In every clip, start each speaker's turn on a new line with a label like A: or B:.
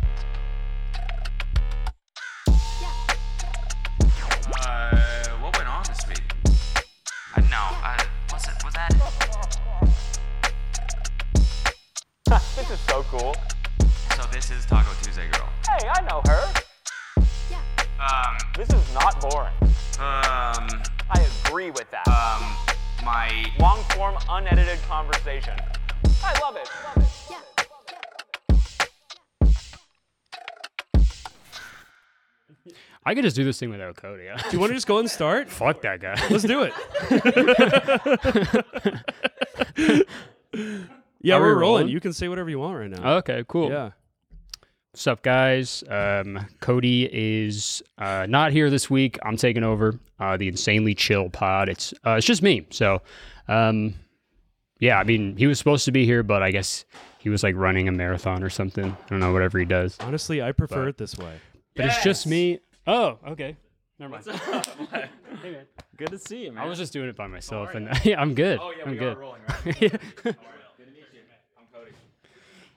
A: Uh,
B: Uh, this is so cool.
C: So this is Taco Tuesday Girl.
B: Hey, I know her.
C: Um,
B: This is not boring.
C: um,
B: I agree with that. Uh,
C: um, my
B: Long form, unedited conversation. I love it. Love it.
D: I could just do this thing without Cody.
E: Do you want to just go and start?
D: Fuck that guy.
E: Let's do it. yeah,
D: Are we
E: we're rolling.
D: rolling? Uh,
E: You can say whatever you want right now.
D: okay, cool.
E: Yeah.
D: What's up, guys? Um, Cody is uh, not here this week. I'm taking over uh, the insanely chill pod. It's uh, it's just me. So, um, yeah, I mean, he was supposed to be here, but I guess he was like running a marathon or something. I don't know, whatever he does.
E: Honestly, I prefer it this way.
D: But it's just me. Oh, okay. Never mind.
A: Good to see you, man.
D: I was just doing it by myself, and yeah, I'm good. Oh yeah, I'm good.
A: rolling, right?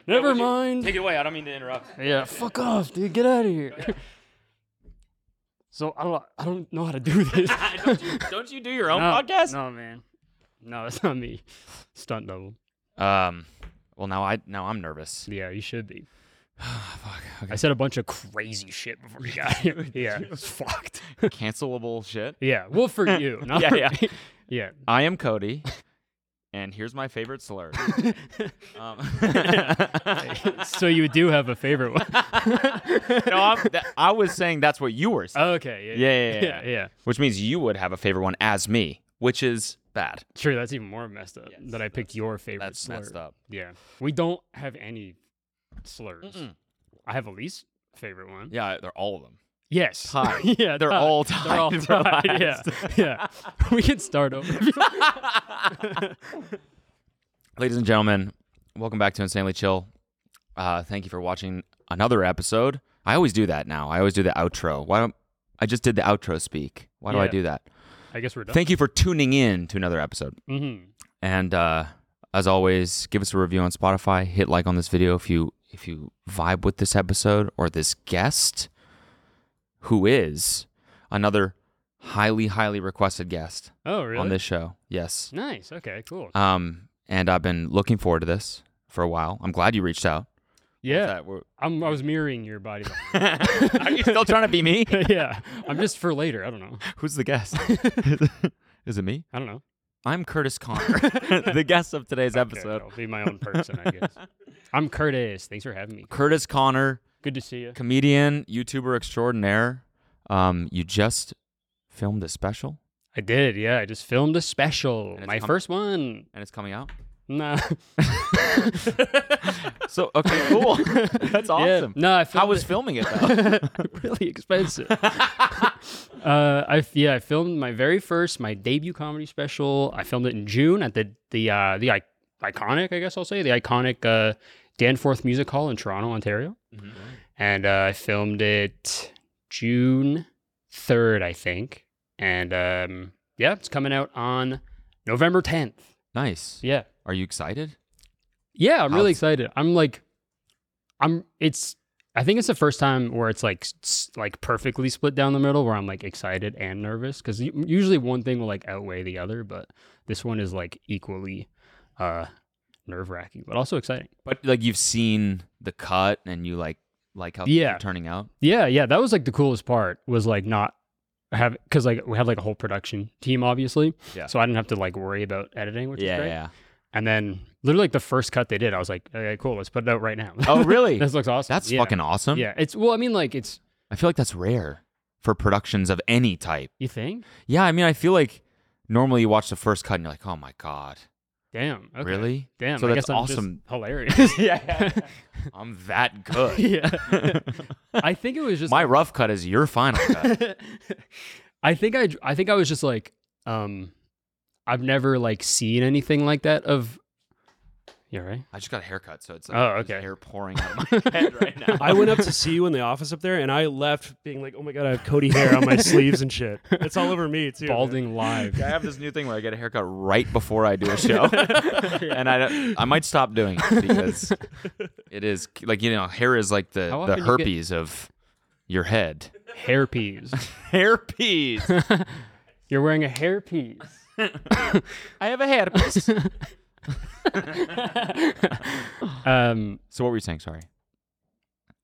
D: Never mind.
A: Take it away. I don't mean to interrupt.
D: Yeah, fuck off, dude. Get out of here. So I don't, I don't know how to do this.
A: don't, you, don't you do your own
D: No,
A: podcast?
D: No, man. No, it's not me. Stunt double.
A: Um. Well, now I now I'm nervous.
D: Yeah, you should be. I said a bunch of crazy shit before we got here. yeah, it's fucked.
A: Cancelable shit.
D: yeah, well for you. not
A: Yeah,
D: for
A: yeah.
D: me. yeah.
A: I am Cody, and here's my favorite slur. um,
D: So you do have a favorite one.
A: no, I'm, that, I was saying that's what you were saying,
D: okay.
A: Yeah, yeah, yeah.
D: yeah, yeah.
A: which means you would have a favorite one as me, which is bad.
D: True. That's even more messed up that I picked your favorite
A: That's
D: slur.
A: messed up.
D: Yeah, we don't have any slurs. I have a least favorite one.
A: Yeah, they're all of them.
D: Yes.
A: Tied.
D: yeah,
A: They're
D: tied.
A: all
D: They're all
A: tied for
D: tied. Yeah, yeah. we can start over.
A: Ladies and gentlemen, welcome back to Insanely Chill. Uh, thank you for watching another episode. I always do that now. I always do the outro. Why don't I just did the outro speak? Why do I
D: Yeah.
A: do that?
D: I guess we're done.
A: Thank you for tuning in to another episode.
D: mm-hmm.
A: And uh, as always, give us a review on Spotify. Hit like on this video if you if you vibe with this episode or this guest, who is another highly highly requested guest
D: Oh, really?
A: on this show. Yes.
D: Nice. Okay. Cool.
A: Um, and I've been looking forward to this for a while. I'm glad you reached out.
D: yeah.
A: That we're-
D: I'm, I was mirroring your body. language.
A: Are you still trying to be me?
D: yeah. I'm just for later. I don't know.
A: Who's the guest? Is it me?
D: I don't know.
A: I'm Curtis Connor, the guest of today's
D: Okay,
A: episode.
D: I'll be my own person, I guess. I'm Curtis. Thanks for having me.
A: Curtis Connor,
D: Good to see you.
A: comedian, YouTuber extraordinaire. Um, you just filmed a special,
D: I did. Yeah. I just filmed a special.
A: it's
D: My
A: com-
D: first one.
A: and it's coming out.
D: Nah.
A: So okay, cool. That's awesome.
D: No, I
A: I
D: filmed
A: was
D: it.
A: filming it though.
D: really expensive. uh, I f- yeah, I filmed my very first, my debut comedy special. I filmed it in June at the the uh, the I- iconic, I guess I'll say the iconic uh, Danforth Music Hall in Toronto, Ontario, and uh, I filmed it June third, I think, and um, yeah, it's coming out on November tenth.
A: nice.
D: Yeah,
A: Are you excited?
D: yeah, I'm really
A: How's-
D: excited. I'm like, I'm. It's. I think it's the first time where it's like s- s- like perfectly split down the middle, where I'm like excited and nervous because usually one thing will like outweigh the other, but this one is like equally uh nerve wracking, but also exciting.
A: But like you've seen the cut, and you like like how
D: Yeah.
A: they're turning out.
D: Yeah, yeah, that was like the coolest part was like not have because like we had like a whole production team, obviously.
A: Yeah.
D: So I didn't have to like worry about editing, which is
A: yeah,
D: great.
A: yeah.
D: And then literally like the first cut they did, I was like, okay, cool, let's put it out right now.
A: Oh, really?
D: this looks awesome.
A: That's
D: Yeah.
A: fucking awesome.
D: Yeah, it's well, I mean, like it's
A: I feel like that's rare for productions of any type.
D: you think?
A: Yeah, I mean, I feel like normally you watch the first cut and you're like, oh my God,
D: Damn. okay.
A: really?
D: Damn.
A: So
D: I
A: that's
D: guess I'm just
A: awesome.
D: hilarious.
A: yeah. I'm that good.
D: yeah. I think it was just.
A: My rough cut is your final cut.
D: I think I. I think I was just like, um, I've never like seen anything like that of. You're right.
A: I just got a haircut, so it's like
D: Oh,
A: there's
D: okay.
A: hair pouring out of my head right now.
E: I went up to see you in the office up there, and I left being like, "Oh my god, I have Cody hair on my sleeves and shit. It's all over me too." man.
D: Balding live.
A: I have this new thing where I get a haircut right before I do a show, and I don't- I might stop doing it because it is like you know hair is like the,
D: How
A: the
D: often you get-
A: herpes of your head.
D: hair peas.
A: Hairpiece.
D: You're wearing a hair piece.
A: I have a herpes.
D: um,
A: So what were you saying? Sorry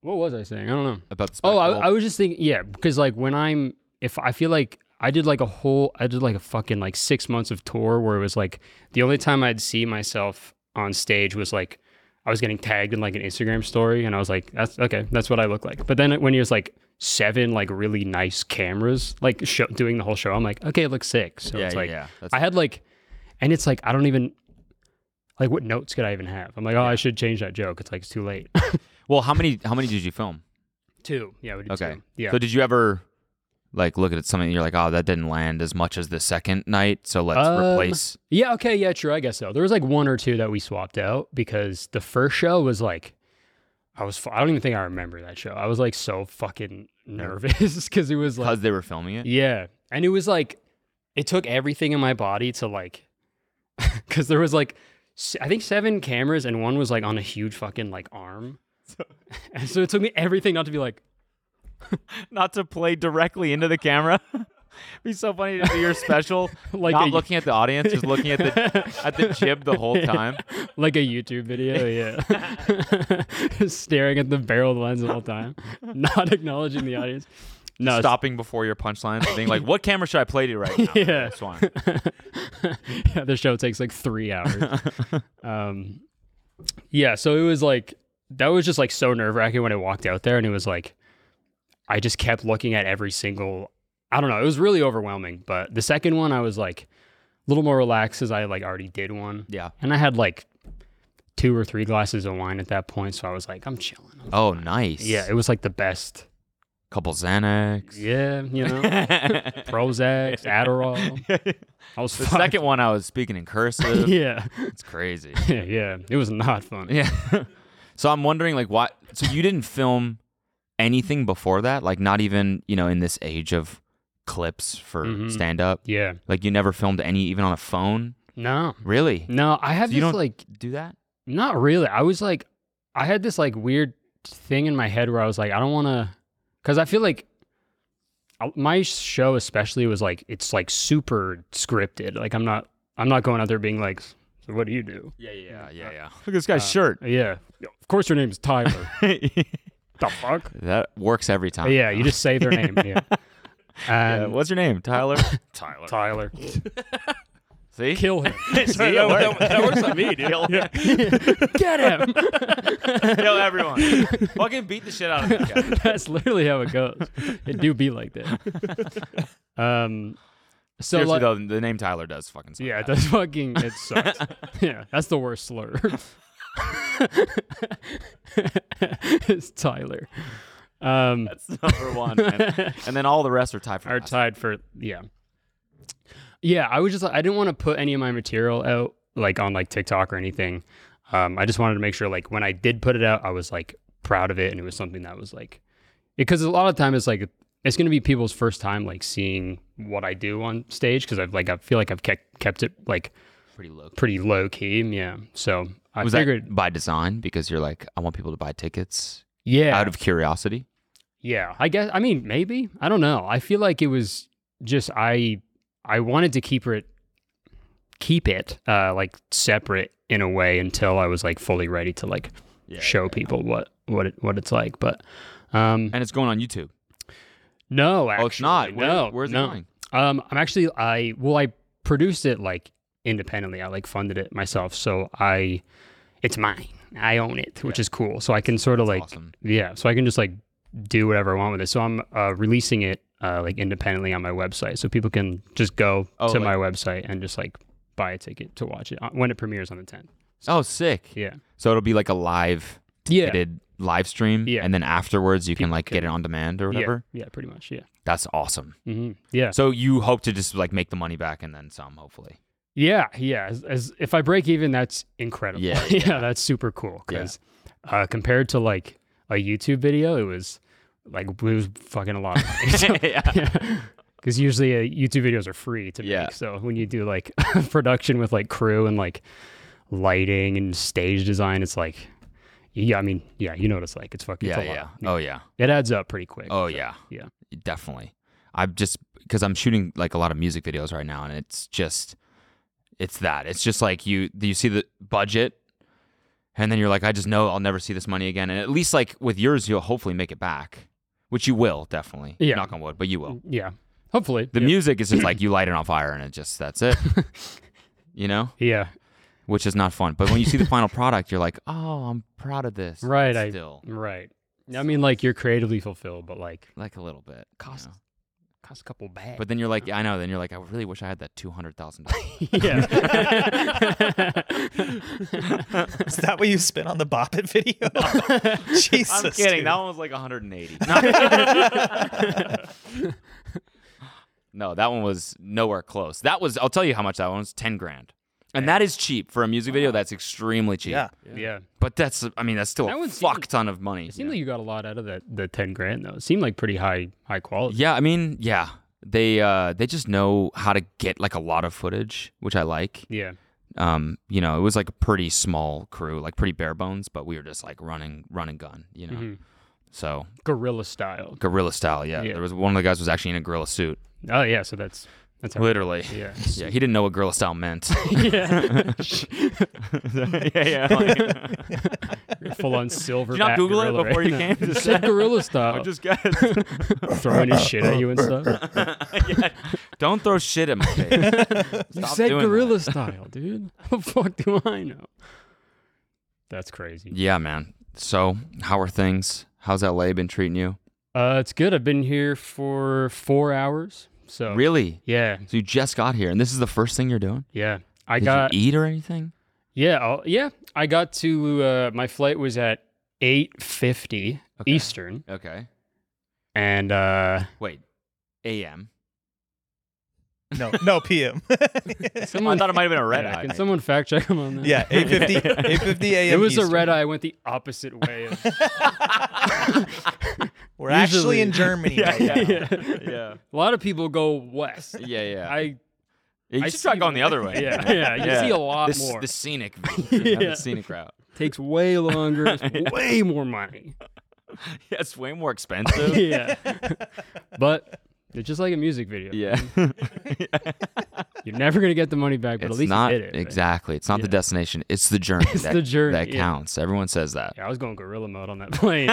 D: what was I saying? I don't know.
A: about the
D: Oh, I,
A: spectacle.
D: I was just thinking, yeah, because like when I'm, if I feel like I did like a whole, I did like a fucking like six months of tour where it was like the only time I'd see myself on stage was like I was getting tagged in like an Instagram story, and I was like, that's okay, that's what I look like. But then when there's like seven like really nice cameras like show, doing the whole show, I'm like, okay, it looks sick. So
A: Yeah,
D: it's
A: yeah,
D: like
A: yeah. That's-
D: I had like, and it's like I don't even. Like what notes could I even have? I'm like, oh, I should change that joke. It's like it's too late.
A: well, how many how many did you film?
D: two, yeah, we did
A: Okay.
D: two. Yeah.
A: So did you ever like look at something and you're like, oh, that didn't land as much as the second night, so let's
D: Um,
A: replace.
D: Yeah, okay, yeah, true. I guess so. There was like one or two that we swapped out because the first show was like, I was, fu- I don't even think I remember that show. I was like so fucking nervous because it was like,
A: Because they were filming it.
D: yeah. And it was like, it took everything in my body to like, because there was like, s- I think seven cameras and one was like on a huge fucking like arm. and so it took me everything not to be like,
A: Not to play directly into the camera. be so funny to do your special,
D: Like
A: not
D: a-
A: looking at the audience, just looking at the at the jib the whole time.
D: like a YouTube video, yeah. Staring at the barrel lens the whole time, not acknowledging the audience. No, it's-
A: stopping before your punchline and being like, "What camera should I play to right now?"
D: Yeah.
A: This one.
D: yeah, the show takes like three hours. um, yeah, so it was like that was just like so nerve wracking when I walked out there, and it was like I just kept looking at every single. I don't know. It was really overwhelming. But the second one, I was like a little more relaxed as I like already did one,
A: Yeah.
D: and I had like two or three glasses of wine at that point, so I was like, I'm chilling.
A: Oh, nice.
D: Yeah, it was like the best.
A: Couple Xanax.
D: Yeah, you know, Prozac, Adderall. I was
A: the
D: fucked.
A: second one, I was speaking in cursive.
D: Yeah,
A: It's crazy.
D: yeah, it was not fun.
A: Yeah. so I'm wondering, like, why? So you didn't film anything before that? Like, not even you know, in this age of clips for
D: Mhm.
A: stand up.
D: Yeah.
A: Like, you never filmed any, even on a phone.
D: No.
A: Really?
D: No, I have
A: So you
D: this
A: don't
D: Mm. like
A: do that?
D: not really. I was like I had this like weird thing in my head where I was like I don't want to cuz I feel like I- my show especially was like it's like super scripted. Like I'm not I'm not going out there being like so what do you do?
A: Yeah, yeah,
D: yeah,
A: yeah. Look at this guy's
D: Uh,
A: shirt.
D: Yeah. Of course your name's Tyler. the fuck?
A: that works every time.
D: Yeah, you just say their name. Yeah.
A: Yeah,
D: And
A: what's your name, Tyler? Tyler.
D: Tyler.
A: See,
D: Kill him.
E: Sorry, that, that- that works on me, dude. Yeah.
D: Get him.
A: kill everyone. Fucking beat the shit out of this guy.
D: That's literally how it goes. It do be like that. Um, so
A: Seriously
D: like,
A: though, the name Tyler does fucking. Suck
D: yeah, that's fucking it sucks. yeah, that's the worst slur. it's Tyler. Um,
A: That's number one, and, and then all the rest are tied for
D: are
A: last.
D: tied for yeah. Yeah, I was just like, I didn't want to put any of my material out like on like TikTok or anything. Um, I just wanted to make sure like when I did put it out, I was like proud of it and it was something that was like because a lot of time it's like it's gonna be people's first time like seeing what I do on stage because I've like I feel like I've kept kept it like
A: pretty low. key.
D: pretty low key. Yeah, so I
A: Was
D: figured
A: that by design? Because you're like, I want people to buy tickets
D: yeah
A: out of curiosity.
D: Yeah, I guess. I mean, maybe. I don't know. I feel like it was just I. I wanted to keep it, keep it uh, like separate in a way until I was like fully ready to like show people what what it, what it's like. But um,
A: And it's going on YouTube.
D: no, actually,
A: oh, it's not. Where-
D: no,
A: where's
D: no.
A: it going?
D: Um, I'm actually I well I produced it like independently. I like funded it myself, so I it's mine. I own it, which is cool. So I can sort of like
A: awesome.
D: yeah, so I can just like do whatever I want with it. So I'm uh, releasing it uh, like independently on my website, so people can just go
A: Oh,
D: to
A: like-
D: my website and just like buy a ticket to watch it uh, when it premieres on the 10th.
A: Oh, sick.
D: Yeah,
A: So it'll be like a live
D: yeah,
A: ticketed live stream,
D: Yeah.
A: and then afterwards you can
D: People
A: like
D: can-
A: get it on demand or
D: yeah,
A: whatever.
D: yeah, pretty much, yeah,
A: That's awesome.
D: hmm yeah.
A: So you hope to just like make the money back and then some, hopefully.
D: Yeah, yeah. As, as if I break even, that's incredible.
A: Yeah,
D: yeah, that's super cool.
A: Yeah.
D: Because uh, compared to like a YouTube video, it was like it was fucking a lot.
A: yeah.
D: Because usually uh, YouTube videos are free to
A: Yeah.
D: make. So when you do like production with like crew and like lighting and stage design, it's like, yeah, I mean, yeah, you know what it's like. It's fucking it's
A: Yeah,
D: a
A: yeah.
D: lot.
A: Oh yeah.
D: It adds up pretty quick.
A: Oh yeah.
D: yeah.
A: Definitely. I'm just because I'm shooting like a lot of music videos right now, and it's just it's that. It's just like you you see the budget and then you're like I just know I'll never see this money again. And at least like with yours you'll hopefully make it back, which you will definitely.
D: Yeah.
A: Knock on wood, but you will.
D: Yeah. Hopefully.
A: The music is just like you light it on fire and it just that's it. you know?
D: yeah.
A: Which is not fun. But when you see the final product, you're like, "Oh, I'm proud of this."
D: Right. I,
A: still
D: right. I mean, like you're creatively fulfilled, but like
A: like a little bit. you
D: Cost-
A: know?
D: cost a couple bags.
A: But then you're like, I know. Then you're like, I really wish I had that two hundred thousand dollars.
D: yeah.
F: Is that what you spent on the Bop It video? Jesus.
A: I'm kidding.
F: dude.
A: That one was like 180. no, that one was nowhere close. That was. I'll tell you how much that one was. Ten grand. And that is cheap for a music video. That's extremely cheap.
F: Yeah.
D: yeah.
A: But that's. I mean, that's still
D: That
A: a
D: one
A: fuck
D: seemed-
A: ton of money.
D: It seemed like you got a lot out of that the ten grand though. It seemed like pretty high high quality.
A: Yeah, I mean, yeah. They uh they just know how to get like a lot of footage, which I like.
D: Yeah.
A: um, you know, it was like a pretty small crew, like pretty bare bones, but we were just like running, run and gun, you know.
D: Mhm.
A: So
D: Gorilla style.
A: guerrilla style, yeah.
D: Yeah.
A: There was one of the guys was actually in a gorilla suit,
D: Oh yeah, so that's that's how
A: literally.
D: yeah.
A: Yeah, he didn't know what guerrilla style meant.
D: yeah.
A: yeah, yeah.
D: Full on silver.
A: Did you not Google it
D: gorilla,
A: before
D: right?
A: you came?
D: Just
A: Just-
D: said gorilla style.
A: I just guess.
D: throwing his shit at you and stuff.
A: Yeah. Don't throw shit at my face.
D: You
A: Stop
D: said
A: doing that.
D: gorilla style, dude. How the fuck do I know? That's crazy.
A: Yeah, man. So, how are things? How's LA been treating you?
D: Uh, it's good. I've been here for four hours. So
A: Really?
D: yeah,
A: So you just got here, and this is the first thing you're doing?
D: yeah. I
A: Did
D: got
A: you eat or anything?
D: yeah, I'll, yeah. I got to uh, my flight was at eight fifty
A: Okay.
D: Eastern,
A: Okay.
D: and uh,
A: Wait. A.M.
F: No, no PM.
A: I thought it might have been a red
D: yeah,
A: eye.
D: Can someone fact check him on that?
F: yeah, 850, 850 a.m.
D: It was a
F: Eastern.
D: red eye. I went the opposite way. Of,
F: We're actually
D: Usually-
F: in Germany. right now.
A: yeah.
D: A lot of people go west.
A: Yeah, yeah.
D: I
A: you
D: I
A: should try
D: see
A: going the other way.
D: yeah yeah. You
A: Yeah.
D: see a lot
A: This-
D: more.
A: The scenic view. you know,
D: Yeah.
A: The scenic route.
D: takes way longer, it's way more money.
A: Yeah, it's way more expensive.
D: Yeah. but it's just like a music video.
A: yeah.
D: You're never going to get the money back, but at
A: It's
D: least
A: not
D: you did it.
A: exactly. It's not the destination. It's the journey. It's that,
D: the journey,
A: that
D: yeah.
A: counts. Everyone says that.
D: Yeah, I was going gorilla mode on that plane.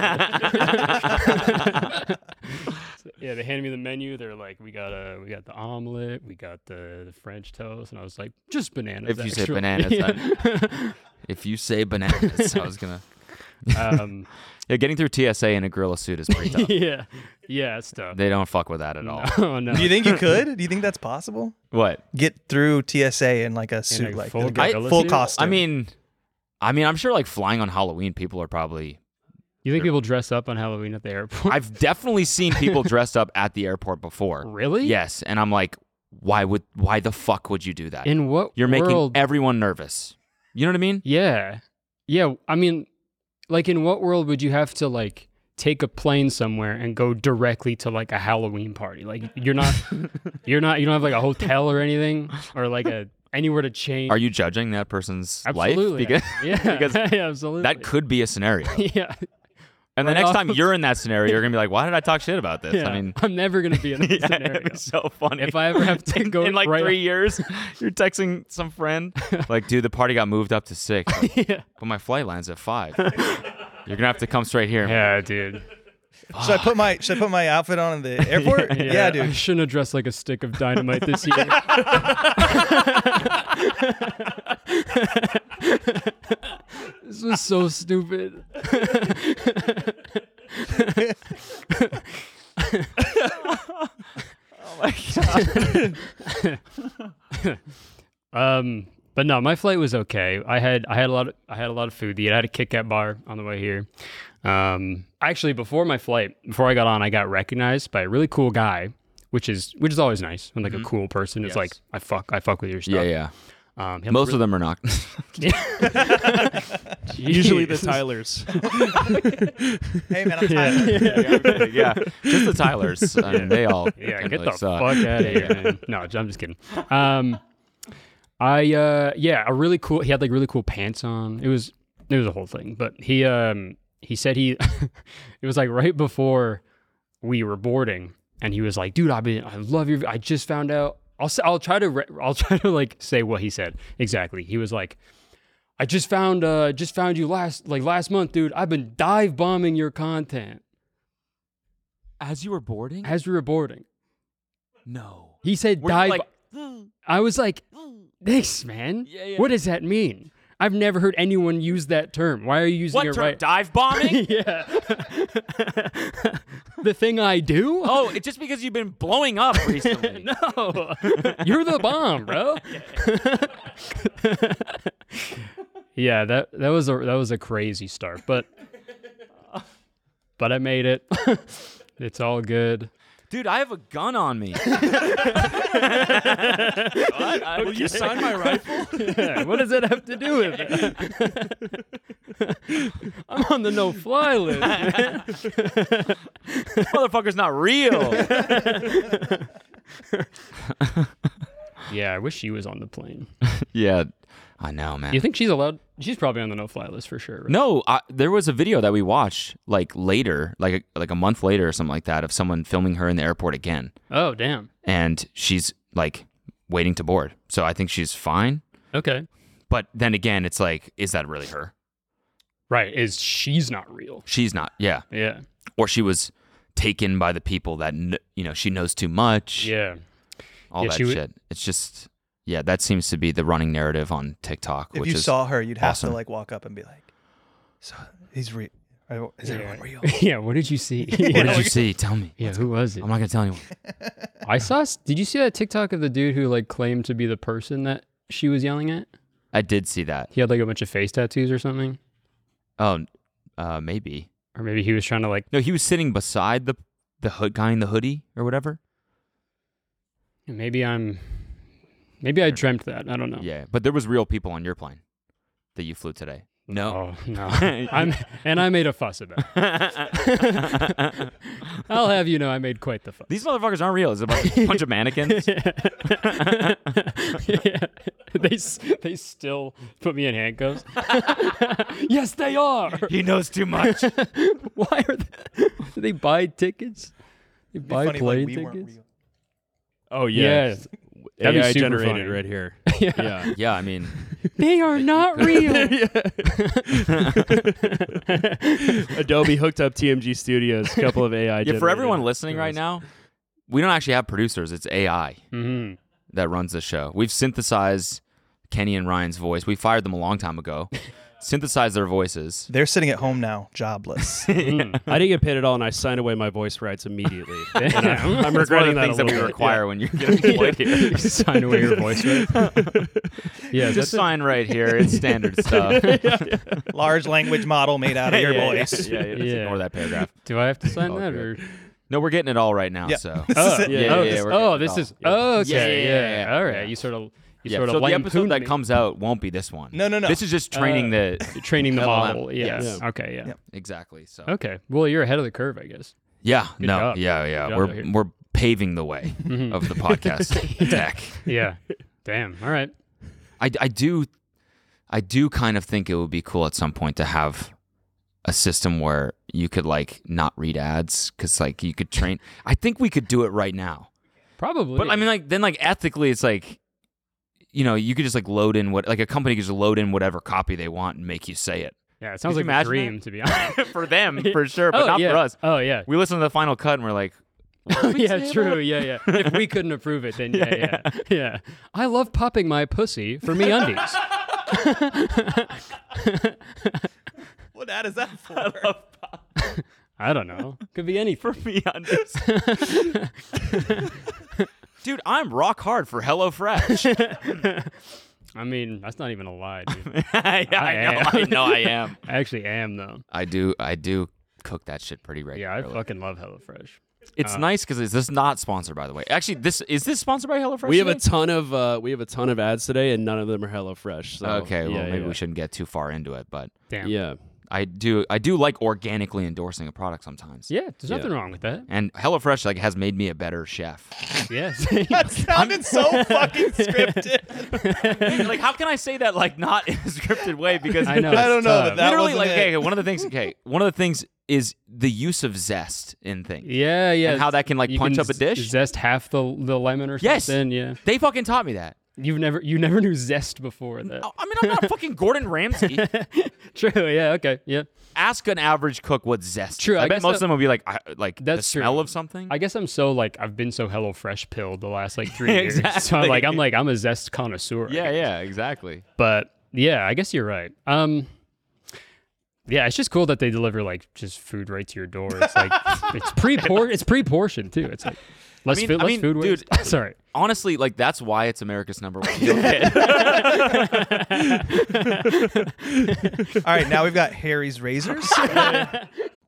D: yeah, they handed me the menu. They're like, "We got a, we got the omelet, we got the, the French toast," and I was like, "Just bananas."
A: If you say
D: actually."
A: bananas,
D: Yeah.
A: If you say bananas, I was gonna.
D: um,
A: Yeah, getting through TSA in a gorilla suit is pretty tough.
D: yeah, yeah, it's tough.
A: They don't fuck with that at all.
D: oh no,
F: Do you think you could? Do you think that's possible?
A: What?
F: Get through TSA in like a suit,
D: a
F: like
D: full
F: like a
D: gorilla
F: full
D: suit?
F: costume.
A: I mean, I mean, I'm sure like flying on Halloween, people are probably
D: you think people dress up on Halloween at the airport?
A: I've definitely seen people dressed up at the airport before.
D: really?
A: Yes, and I'm like, why would why the fuck would you do that?
D: In what
A: You're making
D: world-
A: everyone nervous. You know what I mean?
D: Yeah. Yeah. I mean, like, in what world would you have to, like, take a plane somewhere and go directly to, like, a Halloween party? Like, you're not, you're not, you don't have, like, a hotel or anything or, like, a, anywhere to change.
A: Are you judging that person's
D: absolutely.
A: life? Because
D: yeah.
A: because
D: yeah, absolutely.
A: that could be a scenario.
D: yeah.
A: And the
D: Right
A: next
D: off
A: time
D: the-
A: you're in that scenario, you're gonna be like, why did I talk shit about this?
D: yeah.
A: I mean,
D: I'm never going to be in that
A: yeah,
D: scenario.
A: it'd be so funny.
D: If I ever have to go
A: in like
D: right-
A: three years, you're texting some friend, like, dude, the party got moved up to six, Like,
D: yeah.
A: but my flight lands at five. You're gonna have to come straight here.
D: Yeah, dude.
F: should I put my should I put my outfit on in the airport? yeah,
D: I
F: dude.
D: shouldn't have dressed like a stick of dynamite this year. this was so stupid. um, but no, my flight was okay. I had I had a lot of, I had a lot of food to eat. I had a Kit Kat bar on the way here. Um, actually, before my flight, before I got on, I got recognized by a really cool guy, which is which is always nice when like a cool person is like, I fuck, I fuck with your
A: yeah,
D: stuff.
A: yeah.
D: Um, he had a
A: Most of them are not.
E: Usually the
D: Jesus.
E: Tylers.
F: Hey man, I'm tired.
A: yeah, just the Tylers. I mean, they all
D: Yeah,
A: fucking
D: get
A: really
D: the
A: suck.
D: fuck out of here. man. No, I'm just kidding. Um, I uh, yeah, a really cool. He had like really cool pants on. It was it was a whole thing. But he um he said he it was like right before we were boarding, and he was like, "Dude, I've been I love your. I just found out I'll s- I'll try to re- I'll try to like say what he said exactly. He was like, "I just found uh just found you last like last month, dude. I've been dive bombing your content
A: As you were boarding?
D: as we were boarding."
A: no.
D: He said
A: Were you
D: dive.
A: like,
D: I was like, "Thanks, man.
A: Yeah, yeah.
D: What does that mean? I've never heard anyone use that term. Why are you using
A: what
D: it
A: term?
D: right?"
A: Dive bombing?
D: yeah. the thing I do?
A: oh, it's just because you've been blowing up recently.
D: no. You're the bomb, bro. yeah, that that was a that was a crazy start, but but I made it. it's all good.
A: Dude, I have a gun on me.
E: Will you sign my rifle?
D: Yeah, what does that have to do with it? I'm on the no fly list. man.
A: Motherfucker's not real.
D: Yeah, I wish she was on the plane.
A: yeah. I know, man.
D: You think she's allowed? She's probably on the no fly list for sure. Right?
A: No, I, there was a video that we watched like later, like a, like a month later or something like that, of someone filming her in the airport again,
D: Oh, damn.
A: and she's like waiting to board. So I think she's fine.
D: Okay.
A: But then again, it's like, is that really her?
D: Right. Is she's not real?
A: She's not. Yeah,
D: Yeah.
A: or she was taken by the people that kn- you know she knows too much.
D: Yeah.
A: all
D: Yeah,
A: that
D: she w-
A: shit. It's just yeah, that seems to be the running narrative on TikTok.
F: If
A: which
F: you
A: is,
F: saw her, you'd have
A: awesome.
F: to like walk up and be like, "So he's real. Is everyone real?"
D: yeah. What did you see?
A: what did you see? Tell me.
D: Yeah, who was it?
A: I'm not gonna tell anyone.
D: I saw. s- Did you see that TikTok of the dude who like claimed to be the person that she was yelling at?
A: I did see that.
D: He had like a bunch of face tattoos or something,
A: Oh, uh, maybe.
D: or maybe he was trying to like
A: No, he was sitting beside the the hood guy in the hoodie or whatever.
D: maybe I'm, maybe I dreamt that. I don't know.
A: Yeah, but there was real people on your plane that you flew today. No.
D: Oh no! I'm and I made a fuss about. it. I'll have you know, I made quite the fuss.
A: These motherfuckers aren't real. It's a bunch bunch of mannequins.
D: yeah. They s- they still put me in handcuffs. yes, they are.
A: he knows too much.
D: Why are they, do they buy tickets? They
F: It'd be
D: buy
F: funny if, like,
D: plane
F: we weren't
D: tickets?
F: real.
E: Oh
D: Yeah.
E: yeah.
D: That'd be
E: AI
D: super
E: generated
D: funny.
E: right here.
D: Yeah.
E: yeah.
A: yeah, I mean,
D: They are not real.
E: Adobe hooked up TMG Studios, a couple of AI.
A: yeah. For everyone listening right now, we don't actually have producers. It's AI
D: Mhm.
A: that runs the show. We've synthesized Kenny and Ryan's voice. We fired them a long time ago. synthesized their voices.
F: They're sitting at home now, jobless.
E: I didn't get paid at all, and I signed away my voice rights immediately. And I, I'm
A: That's one of
E: regretting
A: the
E: that a
A: things that we
E: little bit.
A: require when you get employed here.
D: Sign away your voice, right? yeah,
A: Just
D: that's a-
A: sign right here. It's standard stuff.
F: Large language model made out of your voice.
A: Yeah, yeah, yeah, just
D: Yeah.
A: ignore that paragraph.
D: do I have to sign that? Or?
A: good. No, we're getting it all right now.
F: Yeah.
A: So
F: This is
D: Oh,
F: it.
A: yeah,
D: oh,
A: yeah,
D: this,
A: we're
D: oh,
A: good.
D: this
A: Oh,
D: is
A: yeah.
D: oh,
A: Yeah,
D: okay,
A: yeah, yeah, yeah.
D: All right,
A: Yeah.
D: you sort of you
A: yeah.
D: sort of
A: so the
D: lampooned
A: episode that
D: me.
A: comes out won't be this one.
F: No, no, no.
A: This is just training the
D: training the
A: LLM.
D: model. Yeah.
A: Yes.
D: Okay. Yeah.
F: Yeah.
A: exactly. So
D: Okay. Well, you're ahead of the curve, I guess.
A: yeah,
D: Good
A: no,
D: job.
A: yeah,
D: Good
A: yeah.
D: job
A: We're
D: out here.
A: we're paving the way of the podcast deck.
D: Yeah. Damn. All right.
A: I, I do, I do kind of think it would be cool at some point to have a system where you could like not read ads because like you could train. I think we could do it right now.
D: Probably.
A: But I mean, like then, like ethically, it's like, you know, you could just like load in what, like a company could just load in whatever copy they want and make you say it.
D: yeah, it sounds like
A: could you
D: a
A: imagine
D: dream
A: that?
D: to be honest.
A: for them, for sure, but
D: oh,
A: not
D: yeah.
A: for us.
D: Oh yeah.
A: We listen to the final cut and we're like, what did we
D: yeah,
A: say
D: true.
A: about-
D: Yeah, yeah. If we couldn't approve it, then yeah, yeah, yeah. I love popping my pussy for me undies.
F: What ad is that for?
D: I don't know. Could be any.
A: Me undies. Dude, I'm rock hard for HelloFresh.
D: I mean, that's not even a lie, dude.
A: I,
D: am.
A: I know I am.
D: I actually am though.
A: I do, I do cook that shit pretty
D: Yeah, I
A: regularly.
D: fucking love HelloFresh.
E: uh,
A: it's nice because this is not sponsored, by the way. Actually, this is this sponsored by HelloFresh.
E: We have a
A: today?
E: ton of uh, we have a ton of ads today, and none of them are HelloFresh. So
A: okay. Well,
E: yeah,
A: maybe
E: yeah.
A: we shouldn't get too far into it, but
D: Damn.
E: Yeah,
A: I do I do like organically endorsing a product sometimes.
D: Yeah, there's
E: Yeah.
D: nothing wrong with that.
A: And HelloFresh like has made me a better chef.
D: Yes.
F: That sounded so fucking scripted.
A: like how can I say that like not in a scripted way because
D: I know.
F: I don't
D: it's
F: know, but
D: tough.
F: that
A: literally
F: wasn't
A: like
F: it.
A: okay, one of the things okay, one of the things is the use of zest in things.
D: Yeah, yeah.
A: And how that can, like,
D: You
A: punch
D: can
A: up a
D: z-
A: dish?
D: Zest half the the lemon or
A: Yes.
D: something. Yeah.
A: They fucking taught me that.
D: You've never you never knew zest before that.
A: I mean, I'm not fucking Gordon Ramsay.
D: True. Yeah. Okay. Yeah.
A: Ask an average cook what zest.
D: True,
A: Is. I,
D: I
A: bet
D: guess
A: most
D: that-
A: of them would be like, I, like the
D: That's true.
A: smell of something.
D: I guess I'm so like I've been so Hello Fresh pilled the last like three years. So
A: Exactly.
D: I'm like I'm like I'm a zest connoisseur. I
A: yeah,
D: guess.
A: yeah, exactly.
D: But yeah, I guess you're right. Um. Yeah, it's just cool that they deliver like just food right to your door. It's like it's pre it's pre portioned too. It's like less
A: mean-
D: food
A: I
D: less
A: mean,
D: food
A: dude,
D: waste. Sorry.
A: Honestly, like that's why it's America's number one. meal kit.
F: All right, now we've got Harry's razors.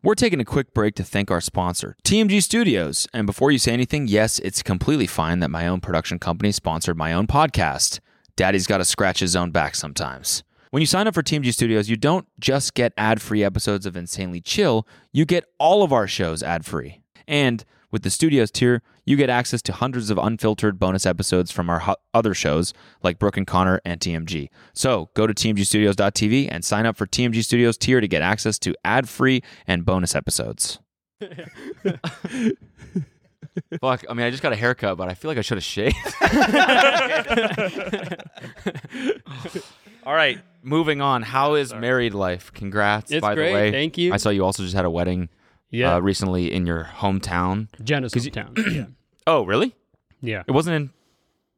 A: We're taking a quick break to thank our sponsor, TMG Studios. And before you say anything, yes, it's completely fine that my own production company sponsored my own podcast. Daddy's got to scratch his own back sometimes. When you sign up for TMG Studios, you don't just get ad free episodes of Insanely Chill, you get all of our shows ad free. And with the Studios tier, you get access to hundreds of unfiltered bonus episodes from our ho- other shows like Brooke and Connor and TMG. So go to tmgstudios.tv and sign up for TMG Studios tier to get access to ad free and bonus episodes. Fuck, I mean, I just got a haircut, but I feel like I should have shaved. All right, moving on. How is married life? Congrats,
D: It's
A: by
D: great,
A: the way.
D: thank you.
A: I saw you also just had a wedding
D: Yeah.
A: uh, recently in your hometown.
D: Jenna's hometown. yeah.
A: Oh, really?
D: Yeah.
A: It wasn't in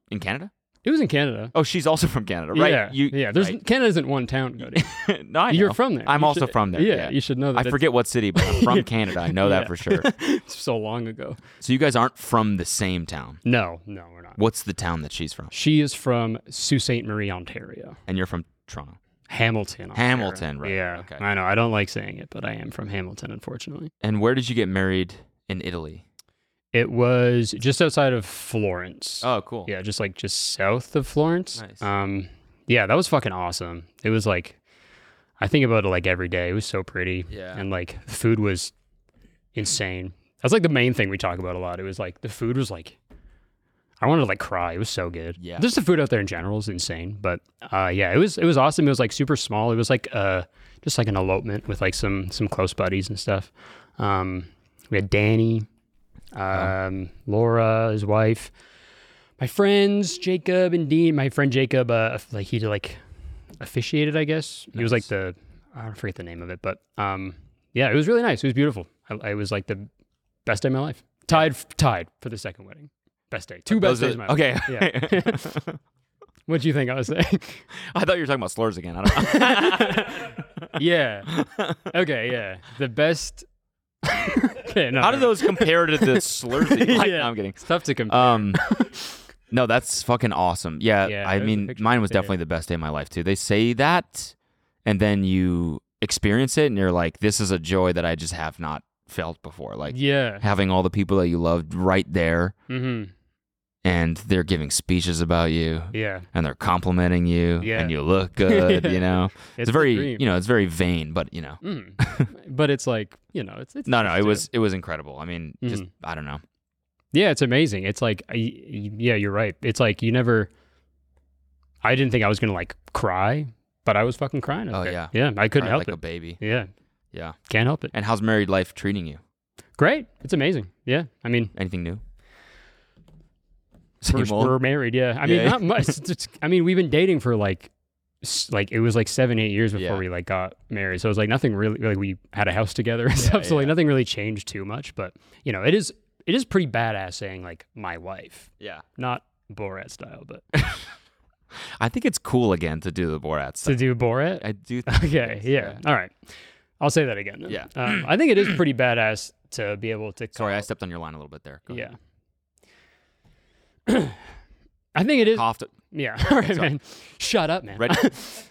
A: in Canada.
D: It was in Canada.
A: Oh, she's also from Canada, right?
D: Yeah.
A: You,
D: yeah. There's
A: right.
D: Canada isn't one town. Cody.
A: no, I
D: You're
A: know.
D: from there.
A: I'm
D: You
A: also
D: should-
A: from there.
D: yeah, you should know that.
A: I
D: That's-
A: forget what city, but I'm from Canada. I know that
D: Yeah.
A: for sure.
D: so long ago.
A: So you guys aren't from the same town.
D: No, no, we're not.
A: What's the town that she's from?
D: She is from Sault Ste. Marie, Ontario.
A: And you're from Toronto.
D: Hamilton. Ontario.
A: Hamilton, right,
D: Yeah.
A: okay.
D: I know. I don't like saying it, but I am from Hamilton, unfortunately.
A: And where did you get married in Italy?
D: It was just outside of Florence.
A: Oh, cool.
D: Yeah, just like just south of Florence.
A: Nice.
D: Um, yeah, that was fucking awesome. It was like, I think about it like every day. It was so pretty.
A: Yeah.
D: And like food was insane. That's like the main thing we talk about a lot. It was like the food was like, I wanted to like cry. It was so good.
A: Yeah.
D: Just the food out there in general is insane. But uh, yeah, it was it was awesome. It was like super small. It was like uh just like an elopement with like some some close buddies and stuff. Um, we had Danny, um, Laura, his wife, my friends Jacob and Dean. My friend Jacob, uh, aff- like he like officiated, I guess. He was like the I don't forget the name of it, but um, yeah, it was really nice. It was beautiful. I, I was like the best day of my life. Tied, f- tied for the second wedding. Best day. Two best
A: Those
D: days.
A: are-
D: of my life.
A: okay.
D: Yeah. What'd you think I was saying?
A: I thought you were talking about slurs again. I don't know.
D: yeah. Okay. Yeah. The best. okay. No.
A: How do
D: never-
A: those compare to the slurs? that you like?
D: Yeah.
A: No, I'm kidding.
D: It's tough to compare.
A: Um, no, that's fucking awesome. Yeah,
D: Yeah,
A: I
D: there's a
A: mean,
D: picture
A: mine
D: right
A: was
D: there.
A: definitely the best day of my life too. They say that, and then you experience it, and you're like, "This is a joy that I just have not felt before." Like
D: yeah.
A: having all the people that you loved right there,
D: hmm
A: and they're giving speeches about you,
D: Yeah.
A: and they're complimenting you,
D: Yeah.
A: and you look good. You know, it's,
D: the
A: very,
D: dream.
A: you know, it's very vain, but you know,
D: Mm. but it's like you know, it's, it's
A: no, no,
D: nice
A: it
D: too.
A: was, it was incredible. I mean, just
D: Mhm.
A: I don't know.
D: Yeah, it's amazing. It's like, I, yeah, you're right. It's like you never. I didn't think I was gonna like cry, but I was fucking crying. out
A: Oh,
D: there.
A: yeah.
D: yeah. I couldn't
A: Cried
D: help
A: like
D: it.
A: a baby.
D: yeah,
A: Yeah.
D: can't help it.
A: And how's married life treating you?
D: Great, it's amazing. Yeah, I mean,
A: Anything new?
D: we're,
A: Same old?
D: we're married. Yeah, I mean,
A: Yeah.
D: not much. It's- it's- I mean, we've been dating for like, s- like it was like seven, eight years before
A: Yeah.
D: we like got married. So it was like nothing really. Like we had a house together and stuff. So like nothing really changed too much. But you know, it is it is pretty badass saying like my wife,
A: Yeah.
D: not Borat style, but
A: I think it's cool again to do the Borat
D: to
A: stuff.
D: do Borat.
A: I do.
D: Okay. Yeah. All right. I'll say that again. Then.
A: Yeah.
D: Um, I think it is pretty badass to be able to.
A: Sorry, I
D: call-
A: stepped on your line a little bit there. Go
D: yeah.
A: ahead.
D: I think it is.
A: Coughed.
D: Yeah. All right,
A: sorry.
D: man. Shut up, man.
A: Ready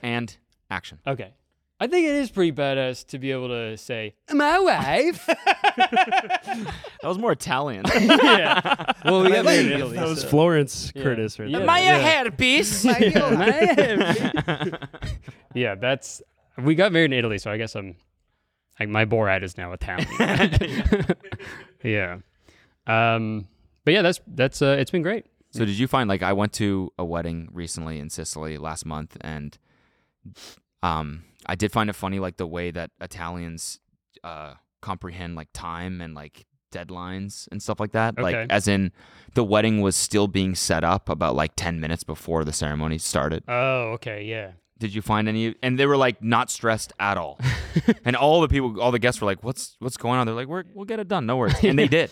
A: and action.
D: okay. I think it is pretty badass to be able to say my wife.
A: That was more Italian.
D: yeah. Well, we got married in Italy.
E: That was
D: so-
E: Florence Curtis right
D: Yeah. Uh,
E: there.
D: My
A: hairpiece.
D: yeah, that's. We got married in Italy, so I guess I'm. Like my Borat is now Italian. yeah. Um. But yeah, that's that's. Uh, it's been great.
A: so did you find like I went to a wedding recently in Sicily last month, and um, I did find it funny like the way that Italians uh comprehend like time and like deadlines and stuff like that.
D: Okay.
A: Like as in the wedding was still being set up about like 10 minutes before the ceremony started.
D: Oh, okay, yeah.
A: Did you find any and they were like not stressed at all. and all the people all the guests were like what's what's going on? They're like we're, we'll get it done, no worries. And they did.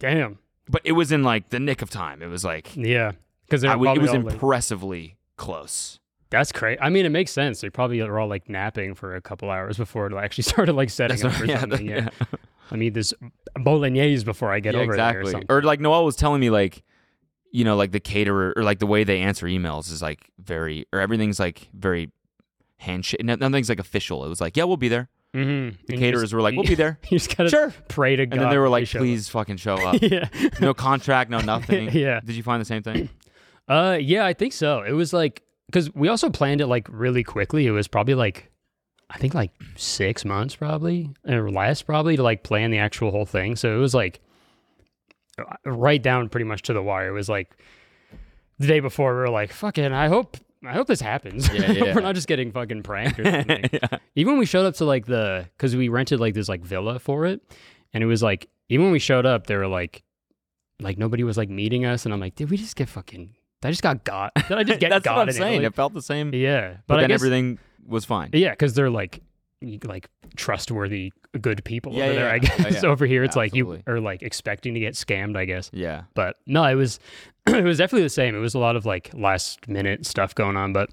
D: Damn.
A: But it was in like the nick of time. It was like
D: Yeah. Because
A: I
D: they're
A: w-
D: probably
A: it was
D: all, like-
A: impressively close.
D: that's crazy. I mean, it makes sense. They probably were all like napping for a couple hours before it actually started like setting
A: That's
D: up
A: what-
D: or
A: yeah,
D: something.
A: that-
D: Yeah. I need this bolognese before I get
A: Yeah,
D: over
A: exactly. Er,
D: there or something.
A: like Noel was telling me like, you know, like the caterer or like the way they answer emails is like very or everything's like very handshake. no- Nothing's like official. It was like, yeah, we'll be there.
D: Mhm.
A: The
D: And you
A: caterers
D: just-
A: were like, we'll be there.
D: You just gotta
A: Sure.
D: pray to God.
A: And then they were like,
D: show up.
A: please fucking show up.
D: yeah.
A: No contract, no nothing.
D: Yeah.
A: Did you find the same thing?
D: Uh, yeah, I think so. It was like because we also planned it like really quickly. It was probably like I think like six months probably or less probably to like plan the actual whole thing. So it was like right down pretty much to the wire. It was like the day before we were like, fucking, I hope. I hope this happens.
A: Yeah,
D: I hope
A: yeah.
D: We're not just getting fucking pranked or something. Even when we showed up to like the, because we rented like this like villa for it, and it was like even when we showed up, they were like, like nobody was like meeting us, and I'm like, did we just get fucking? I just got got. Did I just get
A: That's
D: got?
A: what I'm
D: in
A: saying.
D: Italy?
A: It felt the same.
D: Yeah, but,
A: but
D: I
A: then
D: guess,
A: everything was fine.
D: yeah, because they're like y- like trustworthy good people
A: Yeah,
D: over
A: yeah,
D: there. I
A: yeah. Oh,
D: guess
A: yeah.
D: over here it's like
A: Absolutely.
D: you are like expecting to get scammed. I guess
A: Yeah.
D: but no, it was it was definitely the same. It was a lot of like last minute stuff going on, but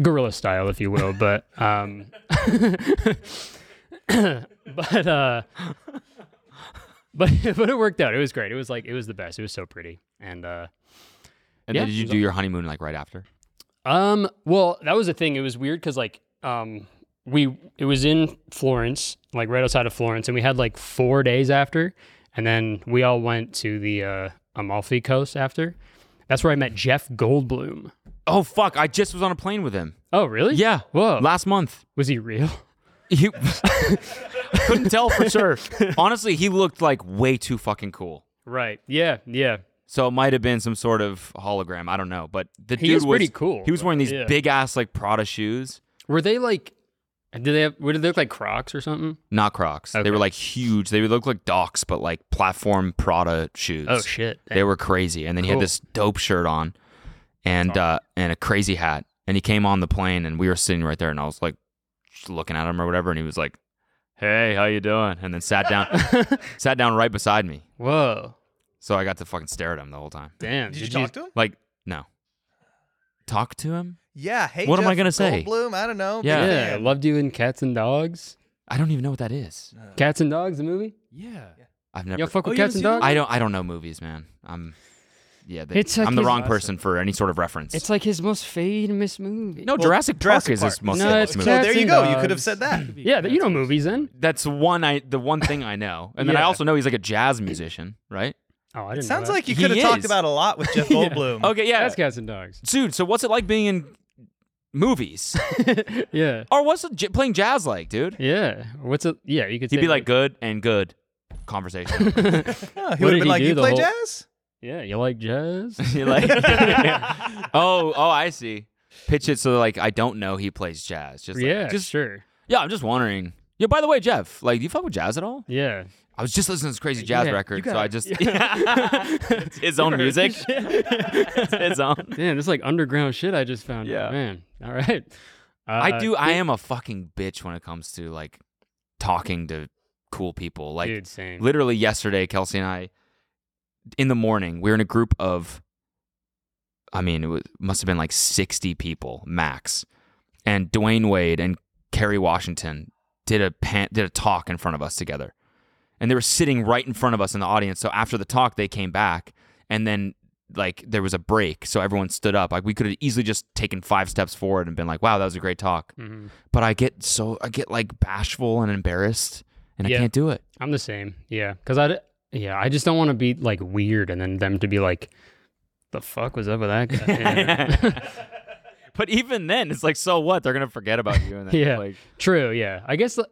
D: guerrilla style, if you will. But um, but uh, but but it worked out. It was great. It was like it was the best. It was so pretty and uh.
A: And
D: Yeah.
A: then did you do your honeymoon like right after?
D: Um. Well, that was the thing. It was weird because like um we it was in Florence, like right outside of Florence, and we had like four days after, and then we all went to the uh, Amalfi Coast after. That's where I met Jeff Goldblum.
A: Oh fuck! I just was on a plane with him.
D: Oh, really?
A: Yeah.
D: Whoa.
A: Last month.
D: was he real?
A: He couldn't tell for sure. Honestly, he looked like way too fucking cool.
D: Right. Yeah. Yeah.
A: So it might have been some sort of hologram. I don't know. But the
D: He
A: dude
D: is
A: was
D: pretty cool,
A: He was
D: but-
A: wearing these
D: yeah.
A: big ass like Prada shoes,
D: Were they like? Did they have? Would they look like Crocs or something?
A: not Crocs. They
D: Okay.
A: were like huge. They would look like Docs, but like platform Prada shoes.
D: Oh shit.
A: They were crazy. And then he
D: Cool.
A: had this dope shirt on, and uh, and a crazy hat. And he came on the plane, and we were sitting right there, and I was like just looking at him or whatever, and he was like, "Hey, how you doing?" And then sat down, sat down right beside me.
D: Whoa.
A: So I got to fucking stare at him the whole time.
D: Damn.
F: Did, you talk to him?
A: Like, no. Talk to him?
F: Yeah. Hey,
A: What am I
F: Jeff
A: gonna say?
F: Goldblum, I don't know. uh,
A: Yeah.
F: big
D: Yeah.
F: fan.
D: Loved you in Cats and Dogs.
A: I don't even know what that is.
F: Uh.
D: Cats and Dogs, the movie.
E: Yeah.
A: I've
D: Y'all
A: never.
D: fuck
F: Oh,
D: with
E: you
D: Cats and
E: haven't seen
D: Dogs.
E: that?
A: I don't. I don't know movies, man. I'm. Yeah, they,
D: It's like
A: I'm the
D: his-
A: wrong person for any sort of reference.
D: It's like his most famous movie.
A: no Jurassic Park
F: Jurassic
A: is his
F: Park.
A: most
D: No,
A: famous
D: it's
A: movie.
F: So there you
D: and
F: go. You could have
D: dogs.
F: said that.
D: yeah, that, you know movies then.
A: That's one. I the one thing I know, and then I
D: Yeah.
A: also know he's like a jazz musician, right?
D: Oh, I didn't.
F: Sounds
D: know
F: like you
A: He
F: could have talked
A: is.
F: about a lot with Jeff Goldblum.
A: Okay, yeah.
D: that's Cats and Dogs.
A: Dude, so what's it like being in movies,
D: Yeah,
A: or what's it j- playing jazz like, dude?
D: yeah. What's a yeah? You could
A: He'd
D: say
A: be like good and good conversation.
F: Huh, he
D: What
F: would
D: did
F: have been
D: he
F: like,
D: do
F: "You
D: the
F: play
D: whole-
F: jazz?
D: yeah. You like jazz?
A: You're like, oh, oh, I see. Pitch it so that, like I don't know he plays jazz. Just like,
D: yeah,
A: just
D: sure.
A: yeah. I'm just wondering. Yeah, by the way, Jeff, like, do you fuck with jazz at all?
D: Yeah.
A: I was just listening to this crazy jazz
D: Yeah,
A: record,
D: you
A: so
D: gotta-
A: I just It's his own music, It's his own.
D: Damn, this is like underground shit I just found.
A: Yeah.
D: out, man. All right. Uh,
A: I do. I am a fucking bitch when it comes to like talking to cool people. Like
D: dude, same.
A: literally yesterday, Kelsey and I, in the morning, we were in a group of, I mean, it was, must have been like sixty people max, and Dwayne Wade and Kerry Washington did a pan, did a talk in front of us together, and they were sitting right in front of us in the audience. So after the talk, they came back, and then like there was a break, so everyone stood up. Like we could have easily just taken five steps forward and been like, "Wow, that was a great talk."
D: Mhm.
A: But I get so I get like bashful and embarrassed, and
D: Yeah.
A: I can't do it.
D: I'm the same. Yeah, because I d- yeah I just don't want to be like weird and then them to be like, the fuck was up with that guy? Yeah.
A: but even then, it's like, so what? They're gonna forget about you. And then,
D: Yeah.
A: like,
D: True. Yeah. I guess. l-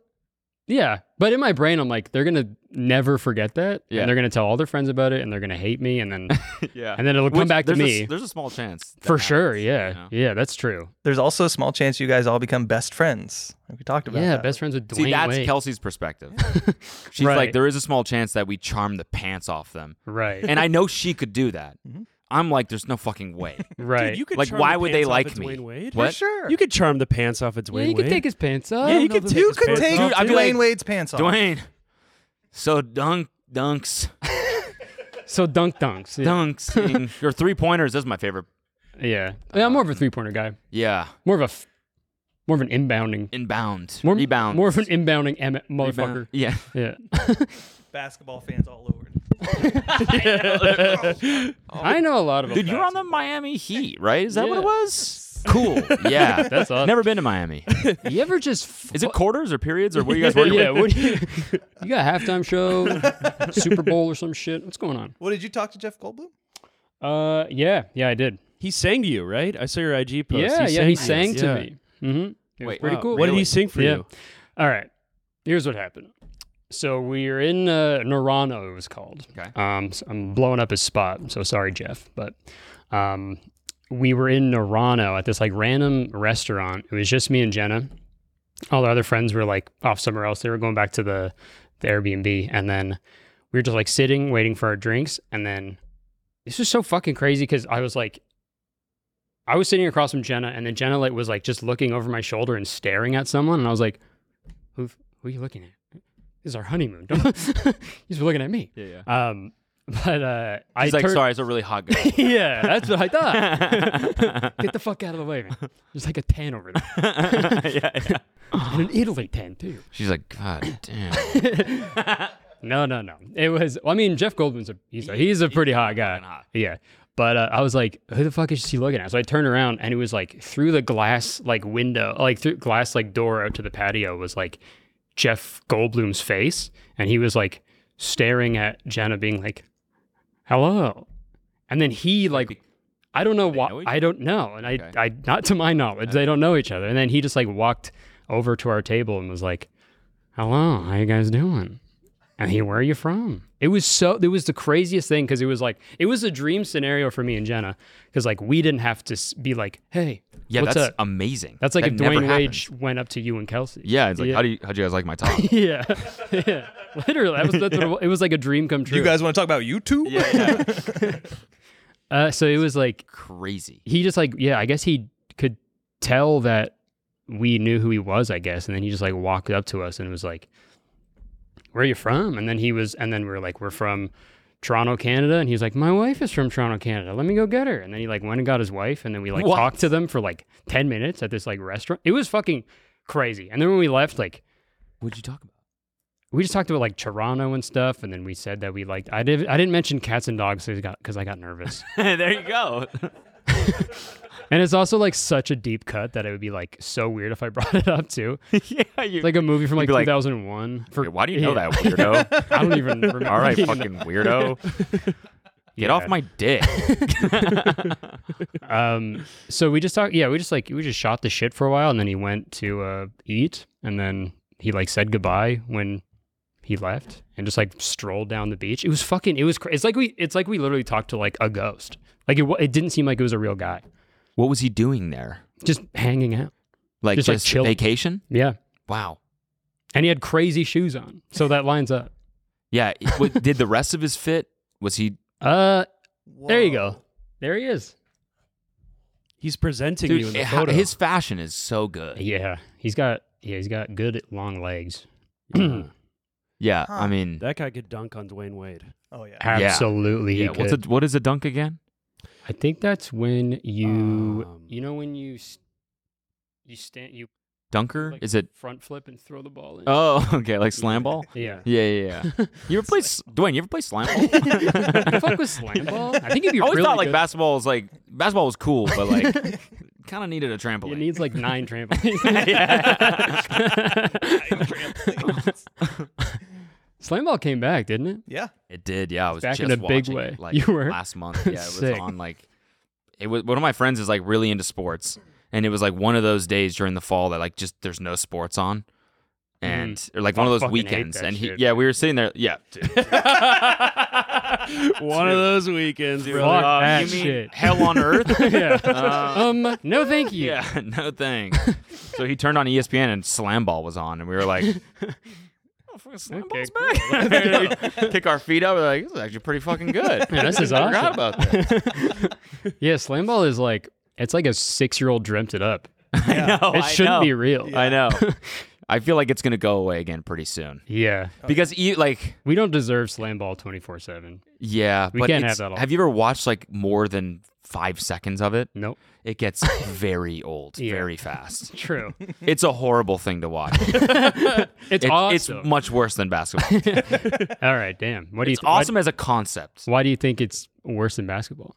D: Yeah, but in my brain, I'm like, they're gonna never forget that,
A: Yeah.
D: and they're gonna tell all their friends about it, and they're gonna hate me, and then
A: yeah.
D: and then it'll come back to
A: there's
D: me
A: A, there's a small chance. that
D: for
A: happens,
D: sure. Yeah,
A: you know?
D: yeah, that's true.
F: There's also a small chance you guys all become best friends. Like we talked about.
D: Yeah,
F: that.
D: best friends with Dwayne
A: See, that's
D: Wade.
A: Kelsey's perspective. She's
D: Right.
A: like, there is a small chance that we charm the pants off them,
D: right,
A: and I know she could do that.
F: Mhm.
A: I'm like, there's no fucking way.
D: right.
E: Dude, you Mm-hmm. could
A: Like,
E: charm
A: why
E: the
A: would
E: pants
A: they
E: off
A: like
E: of
A: me?
E: Dwayne Wade.
A: What?
F: sure.
E: You could charm the pants off of Dwayne
D: yeah, you
E: Wade.
D: could take his pants off.
E: Yeah, you could take
F: You
E: his
F: could
E: pants
F: take
E: off,
A: Dude, I'd be
F: Dwayne
A: like,
F: Wade's pants off.
A: Dwayne, so dunk dunks
D: So dunk dunks. Yeah,
A: dunks your three pointers. That's my favorite.
D: yeah. Yeah, I'm more of a three pointer guy.
A: Yeah,
D: More of a, f- more of an inbounding.
A: inbound,
D: More,
A: rebound,
D: More of an inbounding em-
A: Rebound.
D: motherfucker.
A: Yeah,
D: Yeah.
F: Basketball fans all over.
D: I know a lot of them.
A: dude, you're on the Miami Heat, right? Is that what
D: Yeah.
A: it was? Cool. Yeah,
D: That's awesome.
A: Never been to Miami.
D: You ever just
A: Is it quarters or periods or what are you guys working
D: yeah,
A: with?
D: what do you, you got a halftime show, Super Bowl or some shit. What's going on?
F: What did you talk to Jeff Goldblum?
D: Uh, yeah, yeah, I did.
E: He sang to you, right? I saw your IG post.
D: yeah, yeah,
E: he sang
D: he
E: to
D: sang
E: you.
D: to
E: Yeah.
D: me. Mm-hmm. It was
A: Wait,
D: pretty
A: wow,
D: cool.
E: uh, What did
A: Oh, Really?
E: he sing for
D: Yeah.
E: you?
D: All right, here's what happened. So we were in uh, Narano, it was called.
A: Okay.
D: Um, so I'm blowing up his spot. I'm so sorry, Jeff, but um, we were in Narano at this like random restaurant. It was just me and Jenna. All our other friends were like off somewhere else. They were going back to the the Airbnb, and then we were just like sitting, waiting for our drinks, and then this was so fucking crazy because I was like, I was sitting across from Jenna, and then Jenna like was like just looking over my shoulder and staring at someone, and I was like, who who are you looking at? This is our honeymoon. Don't he's looking at me.
A: Yeah, yeah.
D: Um, but uh, I
A: He's like,
D: turned-
A: sorry, it's a really hot guy.
D: yeah, that's what I thought. Get the fuck out of the way, man. There's like a ten over there,
A: yeah, yeah.
D: and an Italy ten too.
A: She's like, God damn.
D: No, no, no. It was. Well, I mean, Jeff Goldman's a he's a, he's a pretty hot guy.
A: hot.
D: Yeah. But uh, I was like, who the fuck is she looking at? So I turned around and it was like through the glass like window, like through glass like door out to the patio was like Jeff Goldblum's face, and he was like staring at Jenna, being like, "Hello," and then he like. I don't know why.
A: know each
D: I don't know, and
A: Okay.
D: I, I, not to my knowledge, they don't know each other. And then he just like walked over to our table and was like, "Hello, how you guys doing?" And he, where are you from? It was so, it was the craziest thing because it was like, it was a dream scenario for me and Jenna because like we didn't have to s- be like, hey,
A: Yeah,
D: what's
A: that's
D: up?
A: amazing.
D: That's like
A: That
D: if
A: never
D: Dwayne Wade
A: happened.
D: sh- went up to you and Kelsey.
A: Yeah, it's like,
D: Yeah.
A: how do you, how'd you guys like my top?
D: yeah. yeah. Literally, that was, that's what it, wa- it was like a dream come true.
F: You guys want to talk about you two?
A: yeah, yeah.
D: uh, so it was like,
A: Crazy.
D: he just like, yeah, I guess he could tell that we knew who he was, I guess. And then he just like walked up to us and was like, where are you from? And then he was, and then we were like, we're from Toronto, Canada. And he was like, my wife is from Toronto, Canada. Let me go get her. And then he like went and got his wife. And then we like
A: What?
D: talked to them for like 10 minutes at this like restaurant. It was fucking crazy. And then when we left, like,
A: What'd you talk about?
D: we just talked about like Toronto and stuff, and then we said that we liked. I did. I didn't mention cats and dogs because I got nervous.
A: there you go.
D: and it's also like such a deep cut that it would be like so weird if I brought it up too. It's
A: yeah, you.
D: like a movie from like,
A: be like,
D: 2001. For
A: Why do you know
D: yeah.
A: that weirdo?
D: I don't even remember.
A: All right, fucking weirdo. Get off my dick.
D: Um, so we just talked. Yeah, we just like we just shot the shit for a while, and then he went to uh, eat, and then he like said goodbye when he left, and just like strolled down the beach. It was fucking. It was. Cra- it's like we. It's like we literally talked to like a ghost. Like it. wa- It didn't seem like it was a real guy.
A: what was he doing there?
D: Just hanging out.
A: Like
D: Just,
A: just,
D: like, chilling.
A: vacation?
D: Yeah,
A: Wow.
D: and he had crazy shoes on, so that lines up.
A: Yeah. what, did the rest of his fit? Was he?
D: Uh, there you
F: Whoa.
D: go. There he is.
E: He's presenting you in
A: Dude,
E: the
A: h-
E: photo.
A: his fashion is so good.
D: Yeah, he's got. Yeah, he's got good long legs.
A: Yeah. I
F: Huh.
A: mean,
E: that guy could dunk on Dwayne Wade.
F: Oh yeah.
D: Absolutely. he
A: yeah. What's a,
D: could.
A: what is a dunk again?
D: I think that's when you.
E: Um,
D: you know when you. s- You stand. You
A: Dunker?
D: like,
A: is it?
D: front flip and throw the ball in?
A: Oh, okay. Like slam ball.
D: yeah.
A: Yeah, yeah, yeah. You ever play s- Dwayne? You ever play slam ball?
D: the fuck was slam ball? I think if
A: I
D: you
A: always
D: really
A: thought like
D: good,
A: basketball was like basketball was cool, but like kind of needed a trampoline.
D: it needs like nine trampolines. Slam ball came back, didn't it?
F: Yeah.
A: it did, yeah. I was
D: back in
A: just
D: a big
A: watching
D: way.
A: It, like
D: You were
A: last month. Yeah, it was
D: sick.
A: on like it was. One of my friends is like really into sports, and it was like one of those days during the fall that like just there's no sports on, and or like one
D: Mm. I
A: of those
D: fucking hate
A: weekends.
D: that
A: And he,
D: shit.
A: yeah, we were sitting there. Yeah,
E: One of those weekends, bro.
D: Fuck
A: Uh,
D: that
A: you mean
D: shit.
A: hell on earth. Uh,
D: yeah. um, no, thank you.
A: yeah, no thanks. so he turned on E ESPN and slam ball was on, and we were like, "Oh, fucking slam
D: Okay,
A: ball's back!" We Kick our feet up. We're like, "This is actually pretty fucking good."
D: Yeah, this is
A: I
D: awesome.
A: forgot about that.
D: Yeah, slam ball is like it's like a six year old dreamt it up.
A: I know.
D: It
A: Oh, I
D: shouldn't
A: know.
D: be real.
A: I know. I feel like it's gonna go away again pretty soon
D: Yeah.
A: because you like
D: We don't deserve slam ball twenty four seven.
A: yeah.
D: We
A: but
D: can't have
A: it's-
D: that all-
A: Have you ever watched like more than five seconds of it?
D: Nope.
A: It gets very old,
D: Yeah.
A: very fast.
D: True.
A: It's a horrible thing to watch.
D: It's
A: It-
D: awesome.
A: It's much worse than basketball.
D: all right, damn. What do you
A: It's
D: th- why-
A: awesome as a concept
D: Why do you think it's worse than basketball?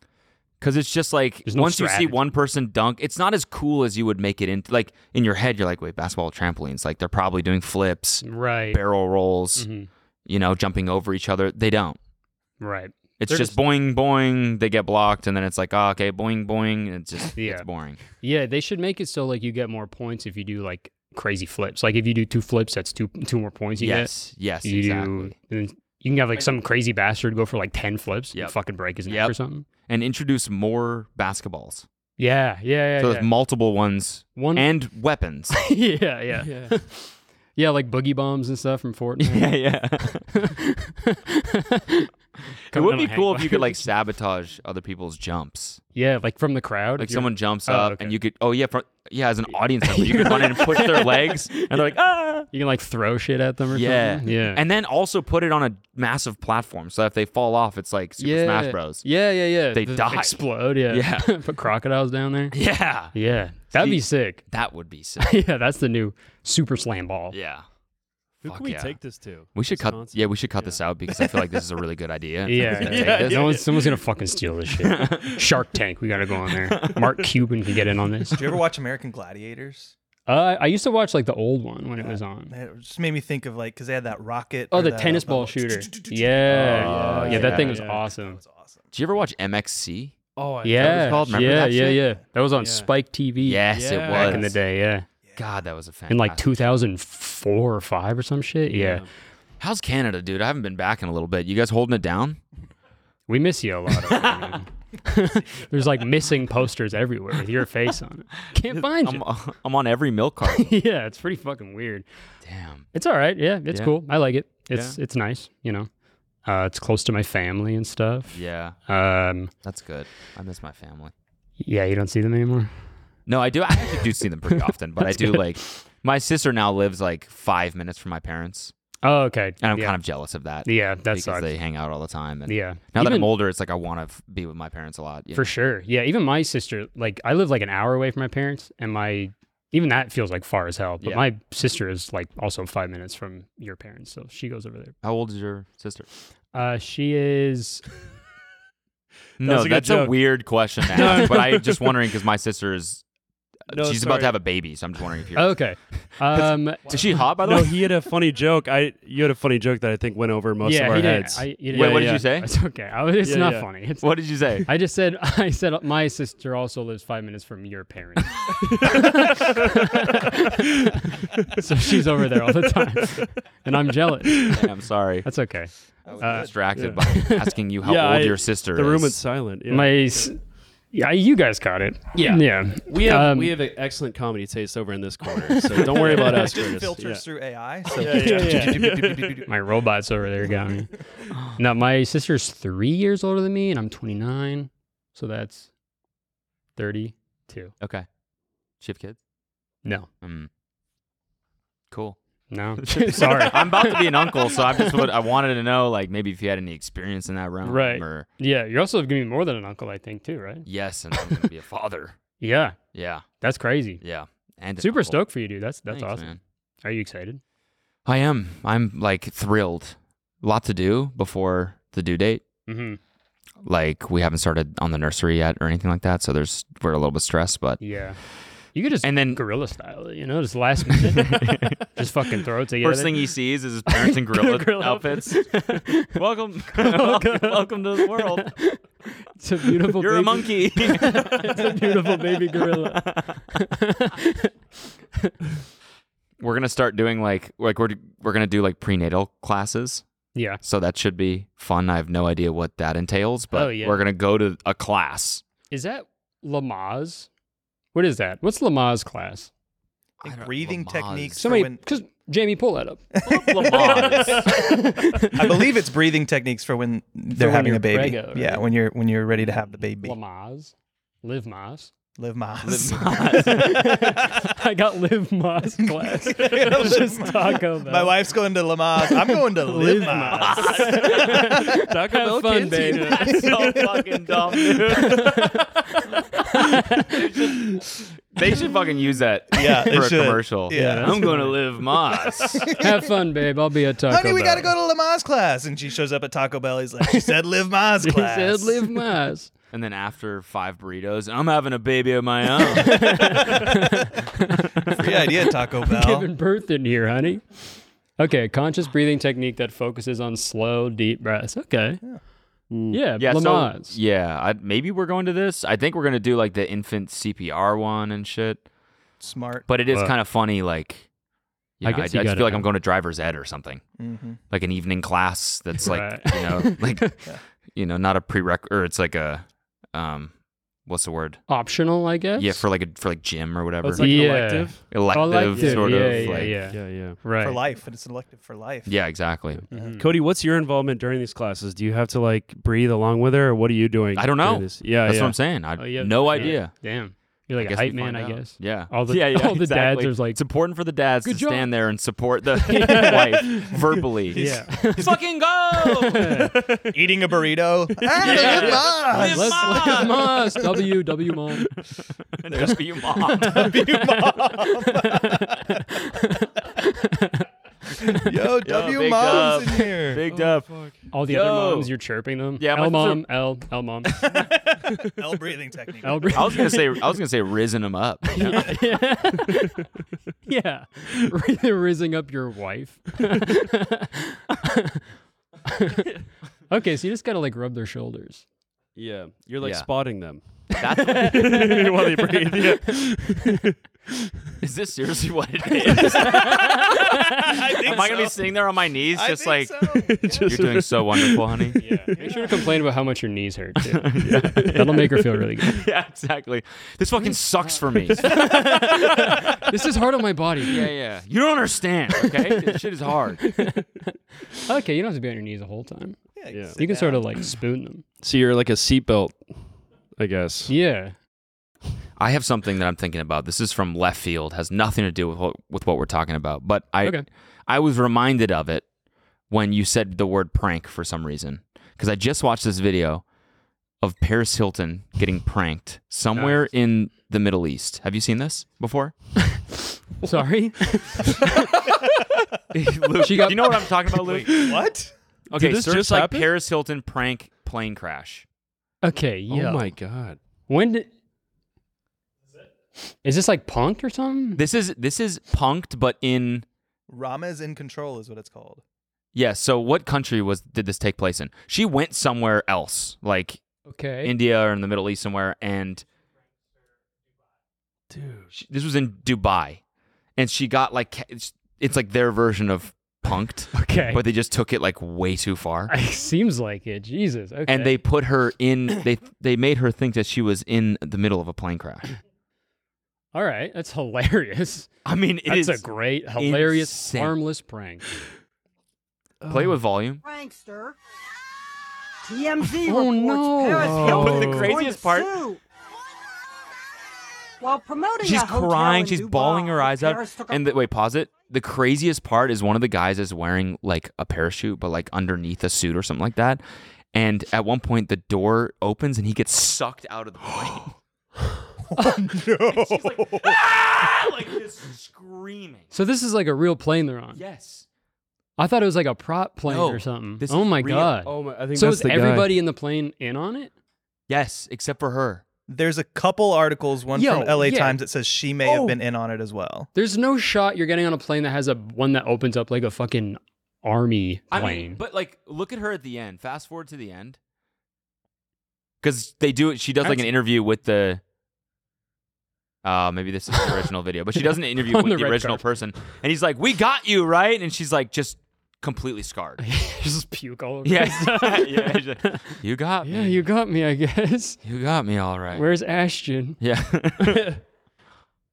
A: because it's just like
D: There's no
A: once you
D: strategy.
A: see one person dunk, it's not as cool as you would make it into. Like in your head, you're like, wait, basketball trampolines. Like they're probably doing flips,
D: Right.
A: barrel rolls,
D: Mm-hmm.
A: you know, jumping over each other. They don't.
D: Right.
A: It's
D: They're
A: just,
D: just-
A: boing boing. They get blocked, and then it's like, oh, okay, boing boing. And it's just
D: Yeah.
A: it's boring.
D: Yeah, they should make it so like you get more points if you do like crazy flips. Like if you do two flips, that's two two more points you
A: yes, yes,
D: get. You
A: exactly.
D: do, and you can have like some crazy bastard go for like ten flips
A: Yep.
D: and fucking break his neck
A: Yep.
D: or something.
A: And introduce more basketballs.
D: Yeah, yeah, yeah.
A: so
D: yeah.
A: there's multiple ones
D: One
A: and weapons.
D: yeah, yeah, yeah. like boogie bombs and stuff from Fortnite.
A: yeah, yeah. It would be cool if you could like sabotage other people's jumps.
D: yeah, like from the crowd.
A: Like
D: if you're-
A: someone jumps
D: Oh,
A: up
D: okay.
A: and you could oh yeah, for, yeah, as an audience member, you could run in and push their legs and they're like, ah
D: you can like throw shit at them or
A: Yeah.
D: something. Yeah.
A: And then also put it on a massive platform so if they fall off, it's like Super
D: yeah.
A: Smash Bros.
D: Yeah, yeah, yeah.
A: They
D: Th-
A: die.
D: Explode, yeah.
A: Yeah.
D: Put crocodiles down there.
A: Yeah.
D: Yeah. That'd be sick.
A: That would be sick.
D: yeah, that's the new super slam ball.
A: Yeah.
E: Who
A: Fuck
E: can we
A: yeah.
E: take this to?
A: We should cut
E: Wisconsin?
A: yeah, we should cut this out because I feel like this is a really good idea.
D: Yeah,
A: Take
D: yeah,
A: this.
D: no one's, someone's gonna fucking steal this shit. Shark Tank, we gotta go on there. Mark Cuban can get in on this.
F: Do you ever watch American Gladiators?
D: Uh, I used to watch like the old one when it was on.
F: It just made me think of like because they had that rocket.
D: Oh,
F: or
D: the
F: that, uh,
D: tennis ball
F: bubble.
D: shooter. Yeah,
A: Oh,
D: yeah, yeah, that
A: yeah,
D: thing was
E: yeah.
F: That
D: awesome.
F: was awesome.
A: Did you ever watch MXC?
E: Oh, I
D: Yeah,
A: called? Remember
D: yeah,
A: that
D: yeah,
A: shit?
D: yeah. That was on
E: Yeah.
D: Spike TV.
A: Yes, it
E: Yeah.
A: was.
D: back in the day. Yeah,
A: God, that was a fantastic.
D: in like 2004 or five or some shit. Yeah,
A: How's Canada, dude? I haven't been back in a little bit. You guys holding it down?
D: we miss you a lot. Over there, man. There's like missing posters everywhere with your face on it. Can't find
A: I'm,
D: you.
A: I'm on every milk cart.
D: yeah, it's pretty fucking weird.
A: Damn.
D: It's all right. Yeah, it's
A: Yeah.
D: cool. I like it. It's it's nice. You know, uh, it's close to my family and stuff.
A: Yeah,
D: Um,
A: that's good. I miss my family.
D: yeah, you don't see them anymore.
A: No, I do. I actually do see them pretty often, but I do like. My sister now lives like five minutes from my parents,
D: Oh, okay.
A: and I'm
D: yeah.
A: kind of jealous of that.
D: yeah, that
A: because
D: sucks.
A: they hang out all the time. And
D: yeah.
A: Now that
D: Even-
A: I'm older, it's like I want to f- be with my parents a lot. you
D: For
A: know?
D: sure. Yeah. Even my sister, like, I live like an hour away from my parents, and my, even that feels like far as hell. But
A: Yeah.
D: my sister is like also five minutes from your parents. So she goes over there.
A: How old is your sister?
D: Uh, she is,
A: no,
E: was a good
A: that's a
E: joke.
A: weird question to ask, but I'm just wondering because my sister is.
E: No,
A: she's about
E: sorry.
A: to have a baby, so I'm just wondering if you're.
D: okay. Um,
A: Is she hot, by the
E: No,
A: way?
E: he had a funny joke. I you had a funny joke that I think went over most of
D: yeah,
E: our
D: he
E: heads.
D: did. I, you
A: Wait, what did you
D: yeah.
A: say?
D: It's okay. I, was- it's
E: Yeah,
D: not
E: yeah.
D: funny. It's,
A: What did you say?
D: I just said, I said, my sister also lives five minutes from your parents. so she's over there all the time. And I'm jealous.
A: I'm sorry.
D: That's okay.
F: uh,
A: I'm distracted by asking you how
E: Yeah,
A: old
E: I-
A: your sister
E: the
A: is.
E: room went silent. Yeah.
D: My, s- yeah, you guys caught it.
E: Yeah.
D: yeah.
E: we have
D: um,
E: we have an excellent comedy taste over in this corner, so don't worry about us.
F: Just
E: Curtis.
F: filters
E: Yeah.
F: through AI. So
E: yeah,
D: My robots over there got me. now my sister's three years older than me, and I'm 29, so that's 32.
A: Okay. She have kids?
D: No,
A: Mm. Cool.
D: no. Sorry.
A: I'm about to be an uncle, so I just would, I wanted to know like maybe if you had any experience in that realm.
D: Right.
A: Or
D: Yeah, you're also gonna be more than an uncle, I think, too, right?
A: yes, and I'm gonna be a father.
D: Yeah,
A: Yeah.
D: that's crazy.
A: Yeah. And an
D: Super
A: uncle.
D: stoked for you, dude. That's that's
A: Thanks,
D: awesome.
A: man.
D: Are you excited?
A: I am. I'm like thrilled. Lot to do before the due date.
D: Mm-hmm.
A: Like we haven't started on the nursery yet or anything like that, so there's we're a little bit stressed, but
D: Yeah. You could just
A: And then-
D: gorilla style, it, you know, just last minute, just fucking throw it together.
A: First thing he sees is his parents in gorilla,
D: Gorilla
A: outfits. welcome, welcome, welcome to the world.
D: it's a beautiful.
A: You're a
D: baby.
A: monkey.
D: it's a beautiful baby gorilla.
A: we're gonna start doing like like we're we're gonna do like prenatal classes.
D: Yeah.
A: So that should be fun. I have no idea what that entails, but
D: Oh, yeah.
A: we're gonna go to a class.
D: Is that Lamaze? What is that? What's Lamaze class?
A: I don't-
F: breathing
A: Lamaze.
F: techniques.
D: Somebody,
F: for when,
D: because Jamie, pull that up.
F: I believe it's breathing techniques for when they're
D: when
F: having
D: you're
F: a baby.
D: preggo,
F: Yeah,
D: right?
F: when you're when you're ready to have the baby.
D: Lamaze, Live Moss.
F: Live Mas.
D: I got Live Moss class. It was just Taco Bell.
F: My wife's going to Lamas. I'm going to Live Mas.
D: Taco Bell fun, baby.
A: so fucking dumb, they should fucking use that
F: Yeah, they
A: for a
F: should.
A: commercial.
F: Yeah, that's
A: I'm going to live Moss.
D: Have fun, babe. I'll be at Taco
F: Honey, we
D: Bell.
F: gotta go to Lamas class. And she shows up at Taco Bell. He's like, she said Live Mas
D: He
F: class.
D: said Live Moss.
A: and then after five burritos, I'm having a baby of my own.
F: Free idea, Taco Bell.
D: Giving birth in here, honey. Okay, conscious breathing technique that focuses on slow, deep breaths. Okay. Mm. Yeah,
A: yeah, so,
D: Lamaze.
A: yeah. I, maybe we're going to this. I think we're gonna do like the infant CPR one and shit.
F: Smart.
A: But it is
D: Wow.
A: kind of funny, like yeah, I,
D: I guess
A: I,
D: you
A: just
D: gotta
A: feel like I'm
D: have-
A: going to driver's ed or something,
F: Mhm.
A: like an evening class that's like
D: Right.
A: you know, like you know, not a prereq or it's like a um, what's the word?
D: Optional, I guess.
A: Yeah, for like a for like gym or whatever,
E: Oh, it's like
D: Yeah.
E: an elective.
A: elective,
D: Collective,
A: sort
D: yeah,
A: of.
D: Yeah,
A: like,
D: yeah,
E: Yeah, yeah.
D: Right.
F: For life. And it's an elective for life.
A: Yeah, exactly.
E: Hmm. Cody, what's your involvement during these classes? Do you have to like breathe along with her, or what are you doing?
A: I don't know.
E: during this? Yeah,
A: That's
E: yeah.
A: what I'm saying. I
D: Oh, yeah,
A: no
D: yeah.
A: idea.
D: Damn. You're like a
A: guess
D: hype
A: we
D: man,
A: find
D: I
A: out.
D: guess.
A: Yeah.
D: All the-
A: yeah, yeah,
D: all the dads,
A: exactly.
D: there's like,
A: it's important for the dads to
D: "Good job."
A: stand there and support the wife verbally.
D: Yeah.
A: Fucking go.
F: Eating a burrito. Ah, Live Mas.
D: Let's live Moss. W W Mom.
A: and just be your mom.
F: Yo, W
A: big
F: Mom's
A: dub.
F: in here.
A: Big dub.
D: All the
A: Yo.
D: other moms, you're chirping them.
A: Yeah, my
D: L mom,
A: sister-
D: L L mom,
F: L breathing technique.
D: L.
A: I was gonna say I was gonna say risen him up.
D: yeah, rising up your wife. okay, so you just gotta like rub their shoulders.
E: Yeah, you're like
A: Yeah.
E: spotting them
A: That's what,
E: while they breathe. Yeah.
A: is this seriously what it is? Am I gonna be sitting there on my knees,
F: I
A: just like
F: think so.
A: you're doing so wonderful, honey?
D: Yeah, make sure to complain about how much your knees hurt too. That'll make her feel really good.
A: yeah, exactly. This fucking sucks for me.
D: This is hard on my body.
A: Yeah, yeah. You don't understand, okay? This shit is hard.
D: Okay, you don't have to be on your knees the whole time.
F: Yeah, you
E: Yeah.
F: sit
D: You can
F: down.
D: sort of like spoon them.
E: So you're like a seatbelt, I guess.
D: Yeah.
A: I have something that I'm thinking about. This is from left field, has nothing to do with what, with what we're talking about. But I
D: Okay.
A: I was reminded of it when you said the word prank for some reason because I just watched this video of Paris Hilton getting pranked somewhere in the Middle East. Have you seen this before?
D: Sorry.
A: Luke,
D: She got-
A: do you know what I'm talking about, Luke?
F: What?
A: okay,
E: Did this
A: search
E: just
A: like
E: happen?
A: Paris Hilton prank plane crash.
D: Okay. Yeah.
E: Oh my god.
D: When did? Is this like punked or something?
A: This is this is punked, but in
F: Rama's in control is what it's called.
A: yeah. So what country was did this take place in? She went somewhere else, like
D: Okay.
A: India or in the Middle East somewhere, and
E: Dude.
A: she, this was in Dubai, and she got like ca- it's, it's like their version of punked,
D: okay.
A: but they just took it like way too far,
D: It seems like it. Jesus. Okay.
A: and they put her in they they made her think that she was in the middle of a plane crash.
D: All right. That's hilarious.
A: I mean, it is
D: that's a great, hilarious,
A: insane.
D: harmless prank.
A: play with volume.
G: prankster. TMZ
D: Oh,
G: reports
D: no.
G: Paris
D: Oh.
G: Hilton
A: But the
G: is going
A: craziest
G: to
A: part-
G: sue. While promoting
A: She's
G: a hotel
A: crying.
G: in
A: She's
G: Dubai,
A: bawling her eyes out.
G: Paris took a
A: And the, wait, pause it. The craziest part is one of the guys is wearing like a parachute, but like underneath a suit or something like that. And at one point, the door opens and he gets sucked out of the plane. Oh,
F: No.
A: ah! Like just screaming.
D: So this is like a real plane they're on.
A: Yes.
D: I thought it was like a prop plane
A: No,
D: or something.
A: this
D: Oh
A: is
D: my
A: real.
D: god.
E: Oh my. I think
D: so
E: that's
D: is
E: the guy.
D: everybody in the plane in on it?
A: Yes, except for her.
F: There's a couple articles, one
D: Yo,
F: from LA
D: yeah. Oh.
F: Times that says she may have been in on it as well.
D: There's no shot you're getting on a plane that has a one that opens up like a fucking army
A: I
D: plane.
A: mean, but like, look at her at the end. Fast forward to the end. Because they do it. She does like an
D: That's-
A: interview with the Uh, maybe this is the original video, but she does an interview
D: On
A: with
D: the
A: the,
D: red
A: original
D: carpet.
A: person, and he's like, "We got you right," and she's like, just completely scarred.
D: Just puke all over.
A: Yes, yeah, she's like, you got
D: Yeah,
A: me.
D: you got me, I guess.
A: you got me all right.
D: Where's Ashton?
A: yeah,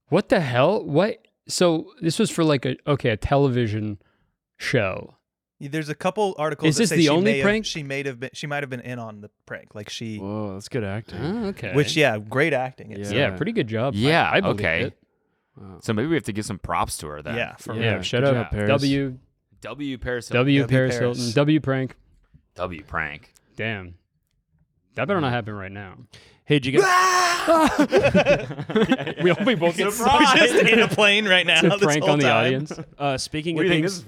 D: What the hell? What? So this was for like a okay a television show.
F: There's a couple articles.
D: Is
F: that
D: this
F: say
D: the
F: she
D: only
F: may have-
D: prank?
F: she may have been? She might have been in on the prank. Like she,
E: Whoa, that's good acting.
D: Oh, okay.
F: which yeah, great acting. It's,
D: yeah, pretty good job. I-
A: yeah.
D: I, believe
A: okay.
D: it.
A: So maybe we have to give some props to her then.
F: yeah, for
E: Yeah.
D: Yeah,
F: real.
D: shut
E: good
D: up.
E: job, Paris.
D: W
A: W Paris. Hilton.
D: W
F: W
D: Paris
F: Paris.
D: Hilton W prank.
A: W prank.
D: Damn, that better not happen right now.
E: Hey, did you guys?
D: We all we both get
F: We're just in a plane right now.
D: a
F: this
D: prank
F: whole
D: on the
F: time.
D: audience.
E: Uh, speaking
A: What do
E: of
A: you think
E: things,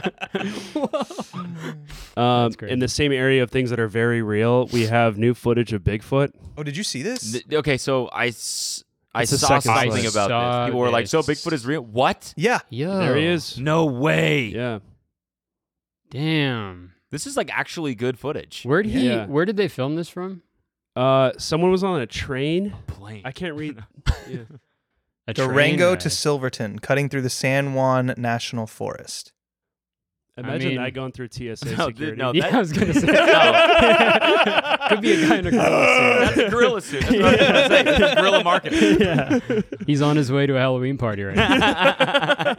A: this is for?
E: um,
D: great.
E: um, in the same area of things that are very real, we have new footage of Bigfoot.
F: Oh, did you see this?
A: Th- okay, so I s- I
E: It's the
A: saw
E: second
A: something
E: slice.
A: about
D: Saw
A: this. People were like, "So
D: this.
A: Bigfoot is real?" What?
F: yeah,
D: Yo,
E: There
A: Oh.
E: he is.
A: No way.
E: Yeah,
D: Damn,
A: This is like actually good footage.
D: where did he?
E: Yeah.
D: Where did they film this from?
E: uh, someone was on a train.
A: Blank.
E: I can't read. Yeah.
D: A train
F: Durango to
D: ride.
F: Silverton, cutting through the San Juan National Forest.
E: Imagine
D: mean-
E: that going through TSA
A: No, dude,
E: security.
A: no.
D: Yeah,
A: That-
D: I was gonna say. Could be a guy in a gorilla
A: That's
D: suit.
A: a gorilla suit. That's what I was gonna say. This is gorilla marketing.
D: He's on his way to a Halloween party right now.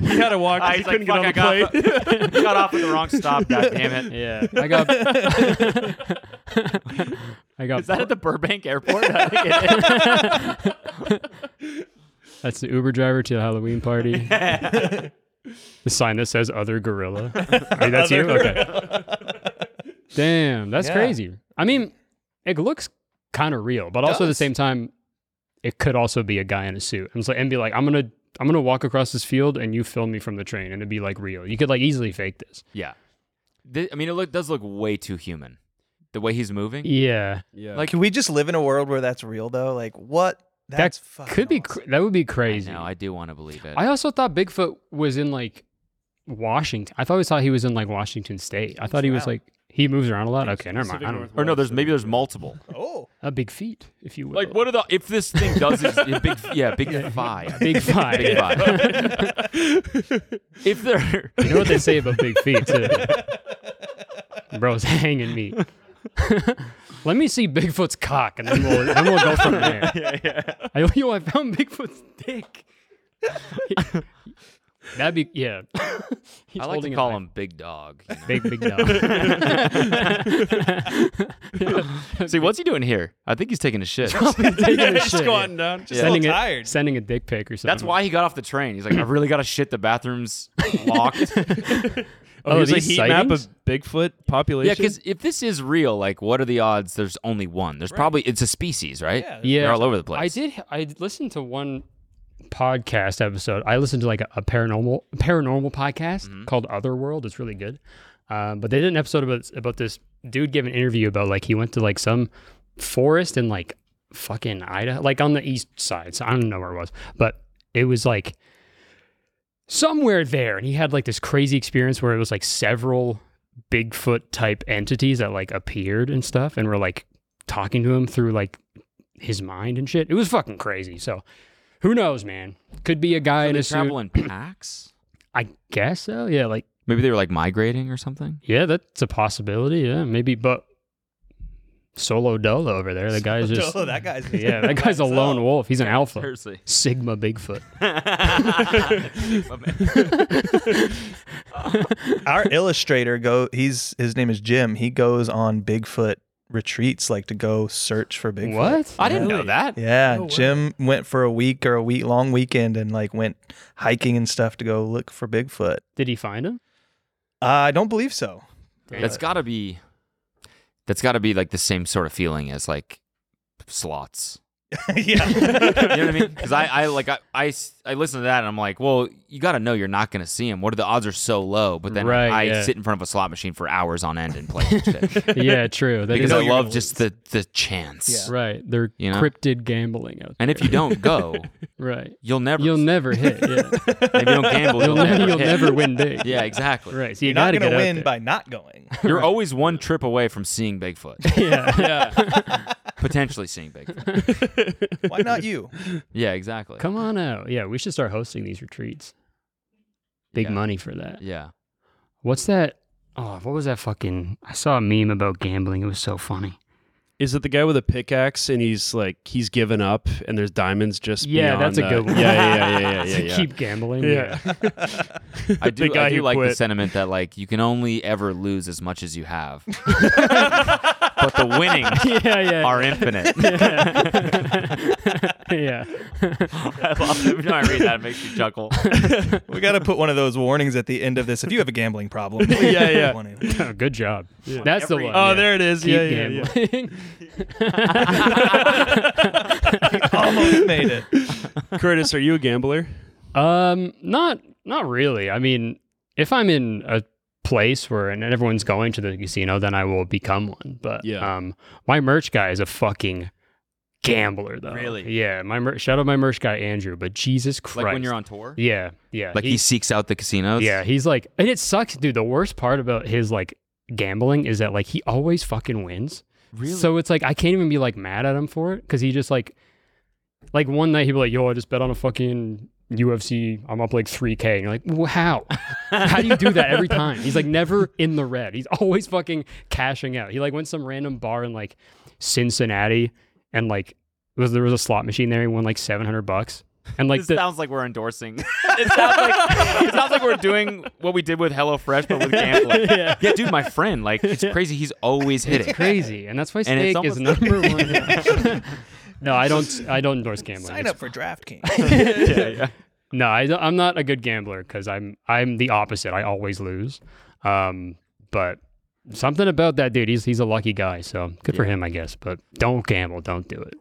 E: we had to walk. 'cause
A: Ah,
E: he
A: he's like,
E: couldn't
A: "Fuck, I
E: get on the
A: got,
E: plane.
A: got off at the wrong stop. God damn it!
D: yeah, I got. I got.
A: Is that at the Burbank Airport? I think it is.
D: That's the Uber driver to the Halloween party. the sign that says "Other Gorilla." Wait, that's you. Okay. Damn, that's
F: Yeah.
D: crazy. I mean, it looks kind of real, but also at the
F: does.
D: same time, it could also be a guy in a suit and, so, and be like, "I'm gonna." I'm gonna walk across this field and you film me from the train and it'd be like real. You could like easily fake this.
A: yeah. Thi- I mean, it look, does look way too human. The way he's moving.
D: Yeah.
E: Yeah.
F: Like, can we just live in a world where that's real though? Like, what? That's
D: that
F: fucking
D: could be
F: awesome.
D: cra- that would be
A: I
D: crazy.
A: know. I do want to believe it.
D: I also thought Bigfoot was in like Washington. I always thought he was in like Washington State. I thought he was
F: around.
D: like he moves around a lot. Okay, never mind.
E: Pacific
D: I don't
A: or no, there's maybe there's multiple.
F: Oh,
D: a big feet, if you will.
A: Like what are the if this thing does is a big yeah big five
D: big five?
A: big five. if they're
D: You know what they say about big feet too. Bro's hanging me. Let me see Bigfoot's cock, and then we'll then we'll go from there. Yeah, yeah. I, yo, I found Bigfoot's dick. That'd be yeah. He's
A: I like
D: holding
A: to
D: it
A: call
D: back.
A: him Big Dog. you know?
D: big big dog.
A: See what's he doing here? I think he's taking a shit.
D: Taking a shit, yeah.
E: down. Just
A: Yeah.
D: sending
F: little
D: a,
F: tired.
D: sending a dick pic or something.
A: That's why he got off the train. He's like, I really got to shit. The bathroom's locked.
E: oh,
D: Oh,
E: here's a
D: these
E: heat map
D: sightings?
E: of Bigfoot population.
A: yeah, because if this is real, like, what are the odds? There's only one. There's probably it's a species, right?
F: Yeah.
A: They're
D: yeah,
A: all over the place.
D: I did. I listened to one podcast episode. I listened to like a, a paranormal paranormal podcast
E: Mm-hmm.
D: called Otherworld. It's really good. Um, but they did an episode about about this dude gave an interview about like he went to like some forest in like fucking Idaho, like on the east side. So I don't know where it was, but it was like somewhere there, and he had like this crazy experience where it was like several Bigfoot type entities that like appeared and stuff, and were like talking to him through like his mind and shit. It was fucking crazy. So who knows, man? Could be a guy
A: Are
D: in
A: they
D: a suit.
A: travel in packs?
D: I guess so. Yeah, like
A: Maybe they were like migrating or something.
D: yeah, that's a possibility. Yeah, maybe. But solo dolo over there, the guy's just
F: oh, that guy's
D: yeah, that guy's a lone wolf. He's an alpha.
A: Seriously.
D: Sigma Bigfoot.
F: Our illustrator go. He's his name is Jim. He goes on Bigfoot retreats, like to go search for Bigfoot.
D: What?
A: I didn't know that.
F: Yeah, Jim went for a week or a week long weekend and like went hiking and stuff to go look for Bigfoot.
D: Did he find him?
F: I don't believe so.
A: That's got to be. That's got to be like the same sort of feeling as like slots.
F: yeah.
A: You know what I mean? Because I, I like I, I s- I listen to that and I'm like, well, you got to know you're not going to see him. What are the odds are so low? But then
D: Right,
A: I
D: yeah.
A: sit in front of a slot machine for hours on end and play that shit.
D: yeah, true. That is
A: because I love just the the chance.
F: Yeah.
D: right. They're
A: You know?
D: cryptid gambling out
A: And if you don't go,
D: there. Right.
A: you'll never.
D: You'll never hit. Yeah.
A: if you don't gamble,
D: You'll,
A: you'll,
D: never,
A: never.
D: you'll
A: hit.
D: never win big.
A: Yeah, exactly.
D: Right. So you
F: You're not
D: gotta
F: gonna
D: get out
F: win
D: there.
F: by not going.
A: You're always one trip away from seeing Bigfoot.
D: yeah.
A: potentially seeing Bigfoot.
F: Why not you?
A: Yeah, exactly.
D: Come on out. Yeah, we should start hosting these retreats. Big
A: Yeah.
D: money for that.
A: Yeah.
D: What's that? Oh, what was that fucking? I saw a meme about gambling. It was so funny.
E: Is it the guy with a pickaxe and he's like he's given up and there's diamonds just
D: Yeah,
E: beyond
D: that's a
E: the-
D: good one.
E: Yeah, yeah, yeah, yeah, yeah.
D: To
E: yeah.
D: Keep gambling.
E: yeah.
A: I do,
E: The guy
A: I do
E: who
A: like the
E: quit.
A: sentiment that like you can only ever lose as much as you have. but the winnings
D: yeah, yeah. yeah.
A: are infinite.
D: yeah.
A: I love it. Every time I read that, it makes me chuckle.
F: We got to put one of those warnings at the end of this. If you have a gambling problem,
E: Yeah, yeah.
F: One-
D: Oh, good job. That's the one.
E: Oh,
D: yeah.
E: there it is.
D: Keep
E: yeah, yeah, yeah.
D: gambling.
F: Almost made it.
E: Curtis, are you a gambler?
D: um, not not really. I mean, if I'm in a place where and everyone's going to the casino, then I will become one. But
E: Yeah.
D: um, my merch guy is a fucking gambler, though.
A: Really?
D: Yeah. My mer- shout out my merch guy Andrew, but Jesus Christ.
A: Like when you're on tour?
D: Yeah. Yeah.
A: Like he,
D: he's.
A: seeks out the casinos?
D: Yeah, he's like, and it sucks, dude. The worst part about his like gambling is that like he always fucking wins.
A: Really?
D: So it's like I can't even be like mad at him for it because he just like, like one night he'd be like, "Yo, I just bet on a fucking UFC. I'm up like three k." And you're like, well, "How? How do you do that every time?" He's like never in the red. He's always fucking cashing out. He like went to some random bar in like Cincinnati and like it was there was a slot machine there. He won like seven hundred bucks. And like
A: This
D: the,
A: sounds like we're endorsing. it, sounds like, it sounds like we're doing what we did with HelloFresh, but with gambling. Yeah. dude, my friend, like, it's crazy. He's always hitting.
D: crazy, and that's why
A: And it's
D: steak is
A: almost-
D: number one. no, I don't. I don't endorse gambling.
F: Sign
D: It's-
F: up for DraftKings.
D: No, I, don't- I'm not a good gambler because I'm I'm the opposite. I always lose. Um, but something about that dude. He's he's a lucky guy. So good for him, I guess. But don't gamble. Don't do it.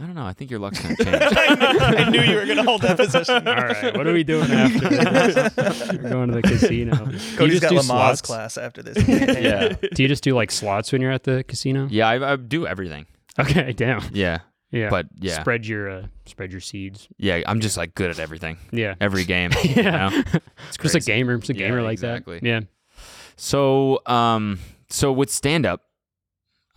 A: I don't know. I think your luck's going to change.
F: I knew you were going to hold that position.
D: All right, what are we doing after? this? We're going to the casino. Do you
F: Cody's
D: just
F: got
D: do
F: Lamaze
D: slots?
F: class after this. yeah.
D: Do you just do like slots when you're at the casino?
A: Yeah, I, I do everything.
D: Okay, damn.
A: Yeah.
D: Yeah,
A: But yeah.
D: spread your uh, spread your seeds.
A: Yeah, I'm just like good at everything.
D: Yeah,
A: Every game. yeah. It's
D: just a gamer, just a
A: Yeah,
D: gamer like
A: exactly.
D: that. Yeah.
A: So, um, so with stand up,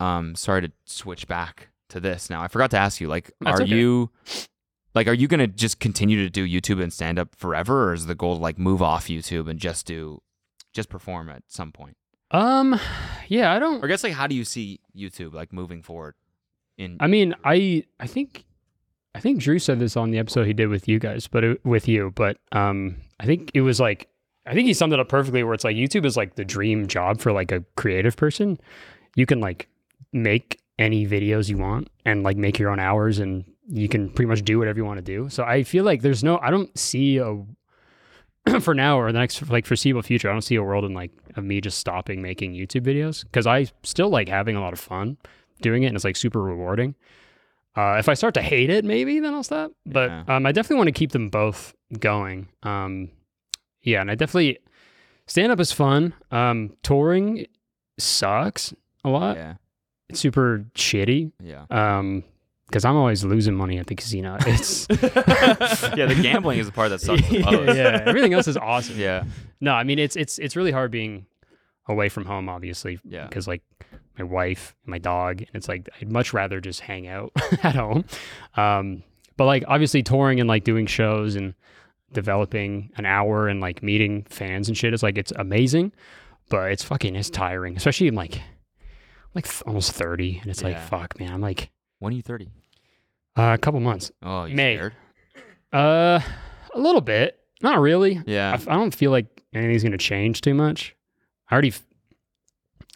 A: um, sorry to switch back to this now. I forgot to ask you, like,
D: That's
A: are
D: okay.
A: you, like, are you gonna just continue to do YouTube and stand up forever, or is the goal to like move off YouTube and just do, just perform at some point?
D: Um, yeah, I don't.
A: Or I guess like, how do you see YouTube like moving forward? In
D: I mean, I I think I think Drew said this on the episode he did with you guys, but it, with you, but um, I think it was like I think he summed it up perfectly, where it's like YouTube is like the dream job for like a creative person. You can like make any videos you want and like make your own hours and you can pretty much do whatever you want to do. So I feel like there's no I don't see a for now or the next like foreseeable future, I don't see a world in like of me just stopping making YouTube videos because I still like having a lot of fun doing it and it's like super rewarding. Uh, if I start to hate it, maybe then I'll stop. But
A: Yeah.
D: um, I definitely want to keep them both going. Um, yeah, and I definitely stand up is fun. Um, touring sucks a lot.
A: yeah,
D: It's super shitty.
A: yeah,
D: Um, because I'm always losing money at the casino. It's
A: yeah. The gambling is the part that sucks the most.
D: yeah, everything else is awesome.
A: yeah,
D: No, I mean it's it's it's really hard being away from home, obviously.
A: Yeah.
D: Because like my wife, my dog, and it's like I'd much rather just hang out at home. Um, but like obviously touring and like doing shows and developing an hour and like meeting fans and shit is like it's amazing, but it's fucking it's tiring, especially in like like th- almost thirty, and it's like
A: Yeah.
D: fuck, man. I'm like
A: When are you thirty?
D: uh, a couple months,
A: Oh, you
D: May.
A: scared?
D: uh, a little bit, not really. I,
A: Yeah,
D: f- I don't feel like anything's going to change too much. I already, f-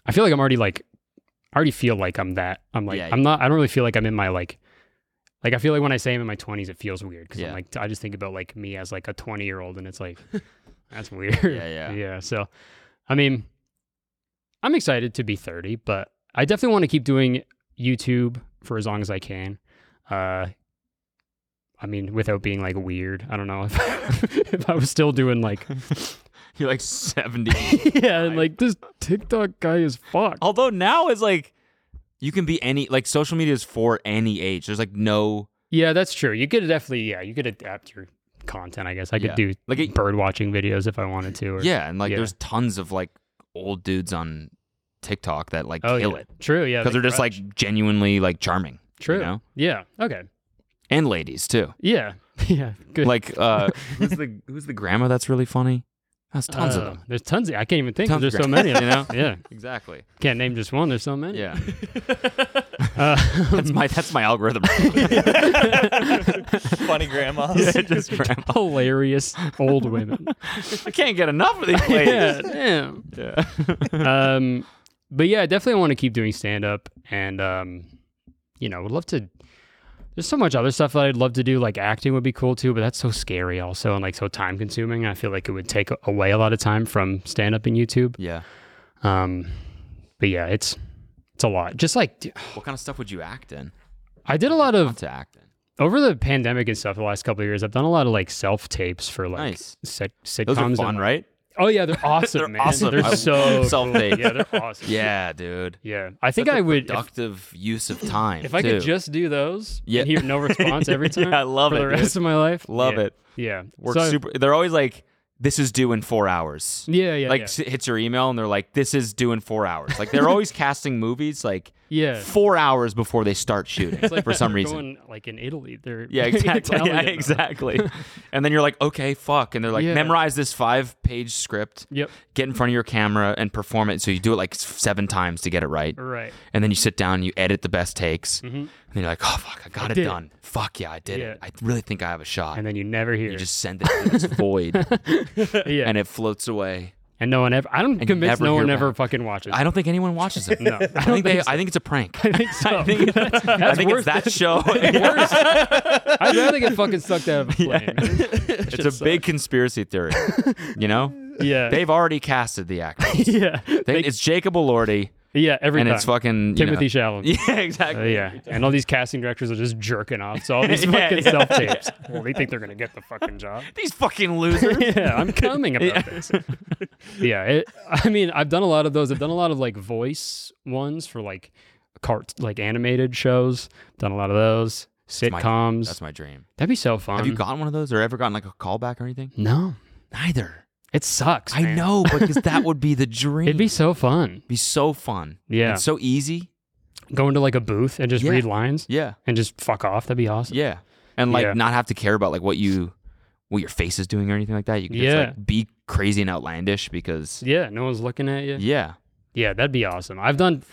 D: I feel like I'm already like, I already feel like I'm that. I'm like,
A: Yeah,
D: I'm not, I don't really feel like I'm in my like, like I feel like when I say I'm in my 20s, it feels weird because
A: Yeah.
D: I'm like, I just think about like me as like a 20 year old and it's like, that's weird.
A: Yeah, yeah.
D: yeah. So, I mean, I'm excited to be 30, but I definitely want to keep doing YouTube for as long as I can. Uh, I mean, without being like weird. I don't know if, if I was still doing like,
A: you're like seventy.
D: yeah, and like this TikTok guy is fucked.
A: Although now is like you can be any like social media is for any age. There's like no
D: Yeah, that's true. You could definitely, yeah, you could adapt your content. I guess I could
A: Yeah.
D: do like
A: Like it-
D: bird watching videos if I wanted to. Or,
A: yeah, and like
D: yeah.
A: there's tons of like old dudes on TikTok that like
D: oh
A: kill
D: yeah,
A: it
D: true. Yeah,
A: because
D: the
A: they're just
D: grudge.
A: like genuinely like charming.
D: True.
A: know?
D: Yeah. Okay.
A: and ladies too.
D: Yeah. Yeah. Good.
A: Like uh, who's the who's the grandma that's really funny? That's tons of
D: Uh,
A: them.
D: There's tons of. I can't even think. 'cause
A: Tons
D: There's
A: of
D: so
A: gra-
D: many. Of
A: you
D: them.
A: know?
D: Yeah.
A: Exactly.
D: Can't name just one. There's so many.
A: Yeah,
D: Uh,
A: that's my that's my algorithm.
F: Funny grandmas.
A: Just grandma.
D: hilarious old women.
A: I can't get enough of these ladies.
D: yeah. Damn. um, but yeah, I definitely want to keep doing stand up, and um, you know, would love to. There's so much other stuff that I'd love to do. Like acting would be cool too, but that's so scary also, and like so time consuming. I feel like it would take away a lot of time from stand up and YouTube.
A: Yeah.
D: Um, but yeah, it's it's a lot. Just like d-
A: What kind of stuff would you act in?
D: I did a lot of
A: To act in.
D: over the pandemic and stuff. The last couple of years, I've done a lot of like self tapes for like
A: Nice.
D: sit- sitcoms.
A: Those are fun,
D: and-
A: right?
D: Oh yeah, they're awesome.
A: They're
D: man.
A: awesome.
D: They're
A: I
D: so
A: love self-tape.
D: Cool. Yeah, they're awesome.
A: Yeah, dude.
D: Yeah, I think I would. If,
A: Productive use of time.
D: if I could
A: too.
D: just do those
A: Yeah.
D: and hear no response every
A: Yeah,
D: time,
A: I love
D: for
A: it,
D: The rest
A: dude.
D: of my life,
A: Love
D: yeah.
A: it.
D: Yeah,
A: work
D: So-
A: super. They're always like, this is due in four hours.
D: Yeah, yeah,
A: Like
D: yeah.
A: s hits your email and they're like, this is due in four hours. Like they're always casting movies like
D: Yeah.
A: four hours before they start shooting for some
D: They're
A: reason.
D: going, like in Italy, they're
A: yeah, exactly.
D: Italian
A: Yeah,
D: though.
A: exactly. and then you're like, okay, fuck. And they're like,
D: Yeah.
A: memorize this five page script.
D: Yep.
A: Get in front of your camera and perform it. So you do it like s- seven times to get it right.
D: Right.
A: And then you sit down, you edit the best takes, and then you're like, oh fuck, I got
D: Mm-hmm.
A: it
D: did it.
A: done. Fuck yeah, I did it.
D: Yeah.
A: I really think I have a shot.
D: And then you never hear.
A: you just send it to this void,
D: yeah.
A: and it floats away.
D: And no one ever. I'm
A: you
D: convinced
A: never
D: no
A: hear
D: one ever
A: back.
D: fucking watches.
A: I don't think anyone watches it.
D: No, I
A: I,
D: don't
A: think they.
D: think so.
A: I think it's a prank.
D: I think so.
A: I think,
D: that's, that's
A: I think
D: worse
A: it's that
D: than-
A: show.
D: worse. I'd rather get fucking sucked out of a plane.
A: it's a big conspiracy theory. You know,
D: Yeah.
A: they've already casted the actors.
D: yeah.
A: They, it's Jacob Elordi,
D: yeah. Every
A: and
D: time.
A: it's fucking you
D: Timothy
A: know-
D: Chalamet.
A: Yeah,
D: Uh,
A: exactly.
D: yeah, and all these casting directors are just jerking off. So all these
A: Yeah,
D: fucking
A: yeah.
D: self tapes. Well, they think they're gonna get the fucking job.
A: These fucking losers.
D: Yeah, I'm coming about this. Yeah, it, I mean, I've done a lot of those. I've done a lot of like voice ones for like cart like animated shows. Done a lot of those
A: My-
D: sitcoms.
A: That's my dream.
D: That'd be so fun.
A: Have you gotten one of those or ever gotten like a callback or anything?
D: No,
A: Neither.
D: it sucks.
A: I
D: man.
A: know, because that would be the dream.
D: It'd be so fun.
A: be so fun.
D: Yeah.
A: It's so easy.
D: Go into like a booth and just
A: Yeah.
D: read lines
A: Yeah.
D: and just fuck off. That'd be awesome.
A: Yeah. And like
D: Yeah.
A: not have to care about like what you what your face is doing or anything like that. You can
D: Yeah.
A: just like be crazy and outlandish because
D: Yeah, no one's looking at you.
A: yeah.
D: Yeah, that'd be awesome. I've done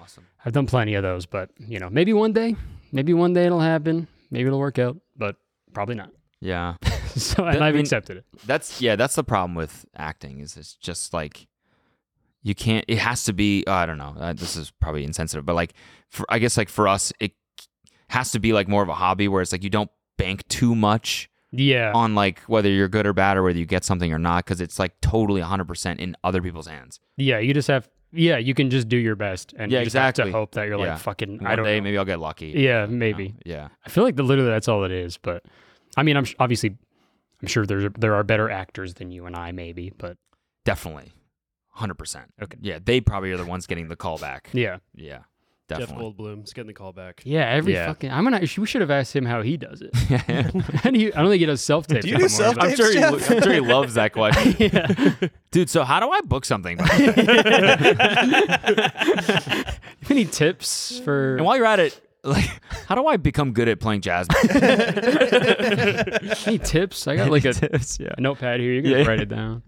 A: Awesome.
D: I've done plenty of those, but you know, maybe one day, maybe one day it'll happen. Maybe it'll work out, but probably not.
A: Yeah.
D: So, and
A: That- I
D: I've
A: mean-
D: accepted it.
A: That's yeah, that's the problem with acting is it's just like you can't it has to be I don't know. Uh, this is probably insensitive, but like for I guess like for us it has to be like more of a hobby where it's like you don't bank too much
D: Yeah.
A: on like whether you're good or bad or whether you get something or not because it's like totally 100% in other people's hands.
D: yeah. You just have, yeah, you can just do your best and
A: Yeah,
D: you just
A: exactly.
D: have to hope that you're
A: Yeah.
D: like fucking,
A: One
D: I don't
A: day
D: know.
A: maybe I'll get lucky.
D: yeah, maybe.
A: Yeah.
D: I feel like the, literally that's all it is, but I mean, I'm sh- obviously, I'm sure there's, there are better actors than you and I, maybe, but
A: Definitely. 100%.
D: Okay.
A: Yeah, they probably are the ones getting the call back.
D: yeah.
A: Yeah.
E: Jeff
A: Definitely.
E: Goldblum's getting the call back.
D: Yeah. Every
A: Yeah.
D: fucking, I'm going to, we should have asked him how he does it. how do you, I don't think he does self tape.
F: Do you do
A: I'm
F: self-tapes,
A: sure, he,
F: Jeff?
A: I'm sure he loves that question. Dude, so how do I book something? and
D: Any tips for,
A: while you're at it, like, how do I become good at playing jazz?
D: any tips? I got like a,
A: tips, yeah.
D: a notepad here. You can
A: Yeah.
D: write it down.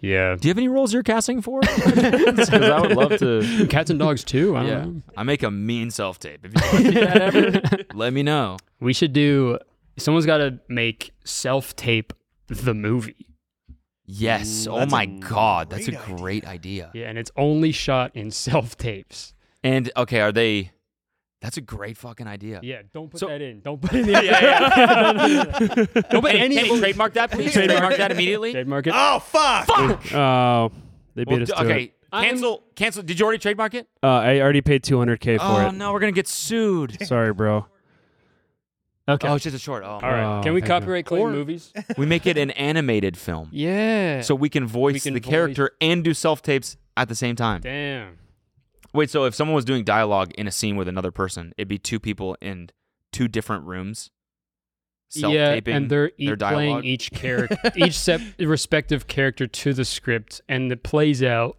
D: Yeah.
A: Do you have any roles you're casting for? Because I would love to.
D: Cats and dogs too. I don't
A: Yeah.
D: know.
A: I make a mean self tape. If you want to do that ever, let me know.
D: We should do. Someone's got to make self tape the movie.
A: Yes. oh
F: that's a
A: my God. That's a
F: great
A: great idea.
D: Yeah, and it's only shot in self tapes.
A: And okay, are they? That's a great fucking idea.
D: Yeah, don't put
A: So-
D: that in. Don't put it in. yeah, don't put any. of
A: Can you
D: them-
A: trademark that, please? trademark that immediately.
D: Trademark it.
F: Oh fuck!
E: Oh, they beat
A: Well,
E: us
A: d-
E: to it.
A: okay. Cancel. Cancel. Did you already trademark it?
E: Uh, I already paid 200k for
A: Oh
E: it.
A: no, we're gonna get sued.
E: Sorry, bro.
D: Okay.
A: Oh, it's just a short. Oh,
D: All right.
E: Oh,
D: Can we
E: thank you.
D: copyright claim movies?
A: we make it an animated film,
D: Yeah.
A: so we can voice
D: We can
A: the
D: voice-
A: character and do self tapes at the same time.
D: damn.
A: Wait, so if someone was doing dialogue in a scene with another person, it'd be two people in two different rooms.
D: Yeah,
A: Self-taping
D: and they're
A: their
D: each
A: dialogue.
D: playing e-, each character, each sep- respective character to the script, and it plays out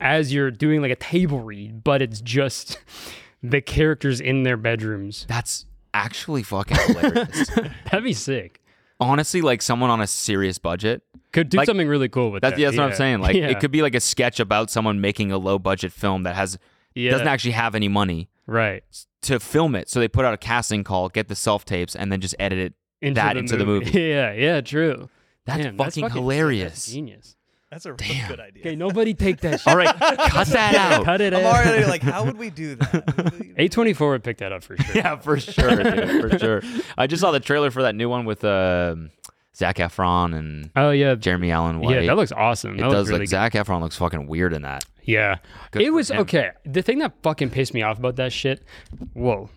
D: as you're doing like a table read, but it's just the characters in their bedrooms.
A: That's actually fucking hilarious.
D: That'd be sick.
A: Honestly, like someone on a serious budget.
D: Could do
A: Like-
D: something really cool with
A: That's,
D: that.
A: yeah, that's what I'm
D: Yeah.
A: saying. Like
D: Yeah.
A: it could be like a sketch about someone making a low budget film that has
D: Yeah.
A: doesn't actually have any money
D: right
A: to film it. So they put out a casting call, get the self tapes, and then just edit it. that into the
D: Yeah, yeah, true.
A: That's
D: Damn,
A: fucking,
D: sick. That's
A: hilarious.
D: genius.
F: That's a real
A: Damn.
F: good idea.
D: Okay, nobody take that shit.
A: All right, cut that out.
D: Cut it
F: I'm
D: out.
F: already like, how would we do that?
D: A24 would pick that up for sure.
A: Yeah, for sure, dude, for sure. I just saw the trailer for that new one with um Zach Efron and
D: Oh yeah.
A: Jeremy Allen White.
D: Yeah, that looks awesome.
A: it
D: That looks
A: does
D: really good.
A: like Zach Efron looks fucking weird in that.
D: Yeah.
A: Good
D: it
A: for
D: was
A: him.
D: okay. The thing that fucking pissed me off about that shit. Whoa.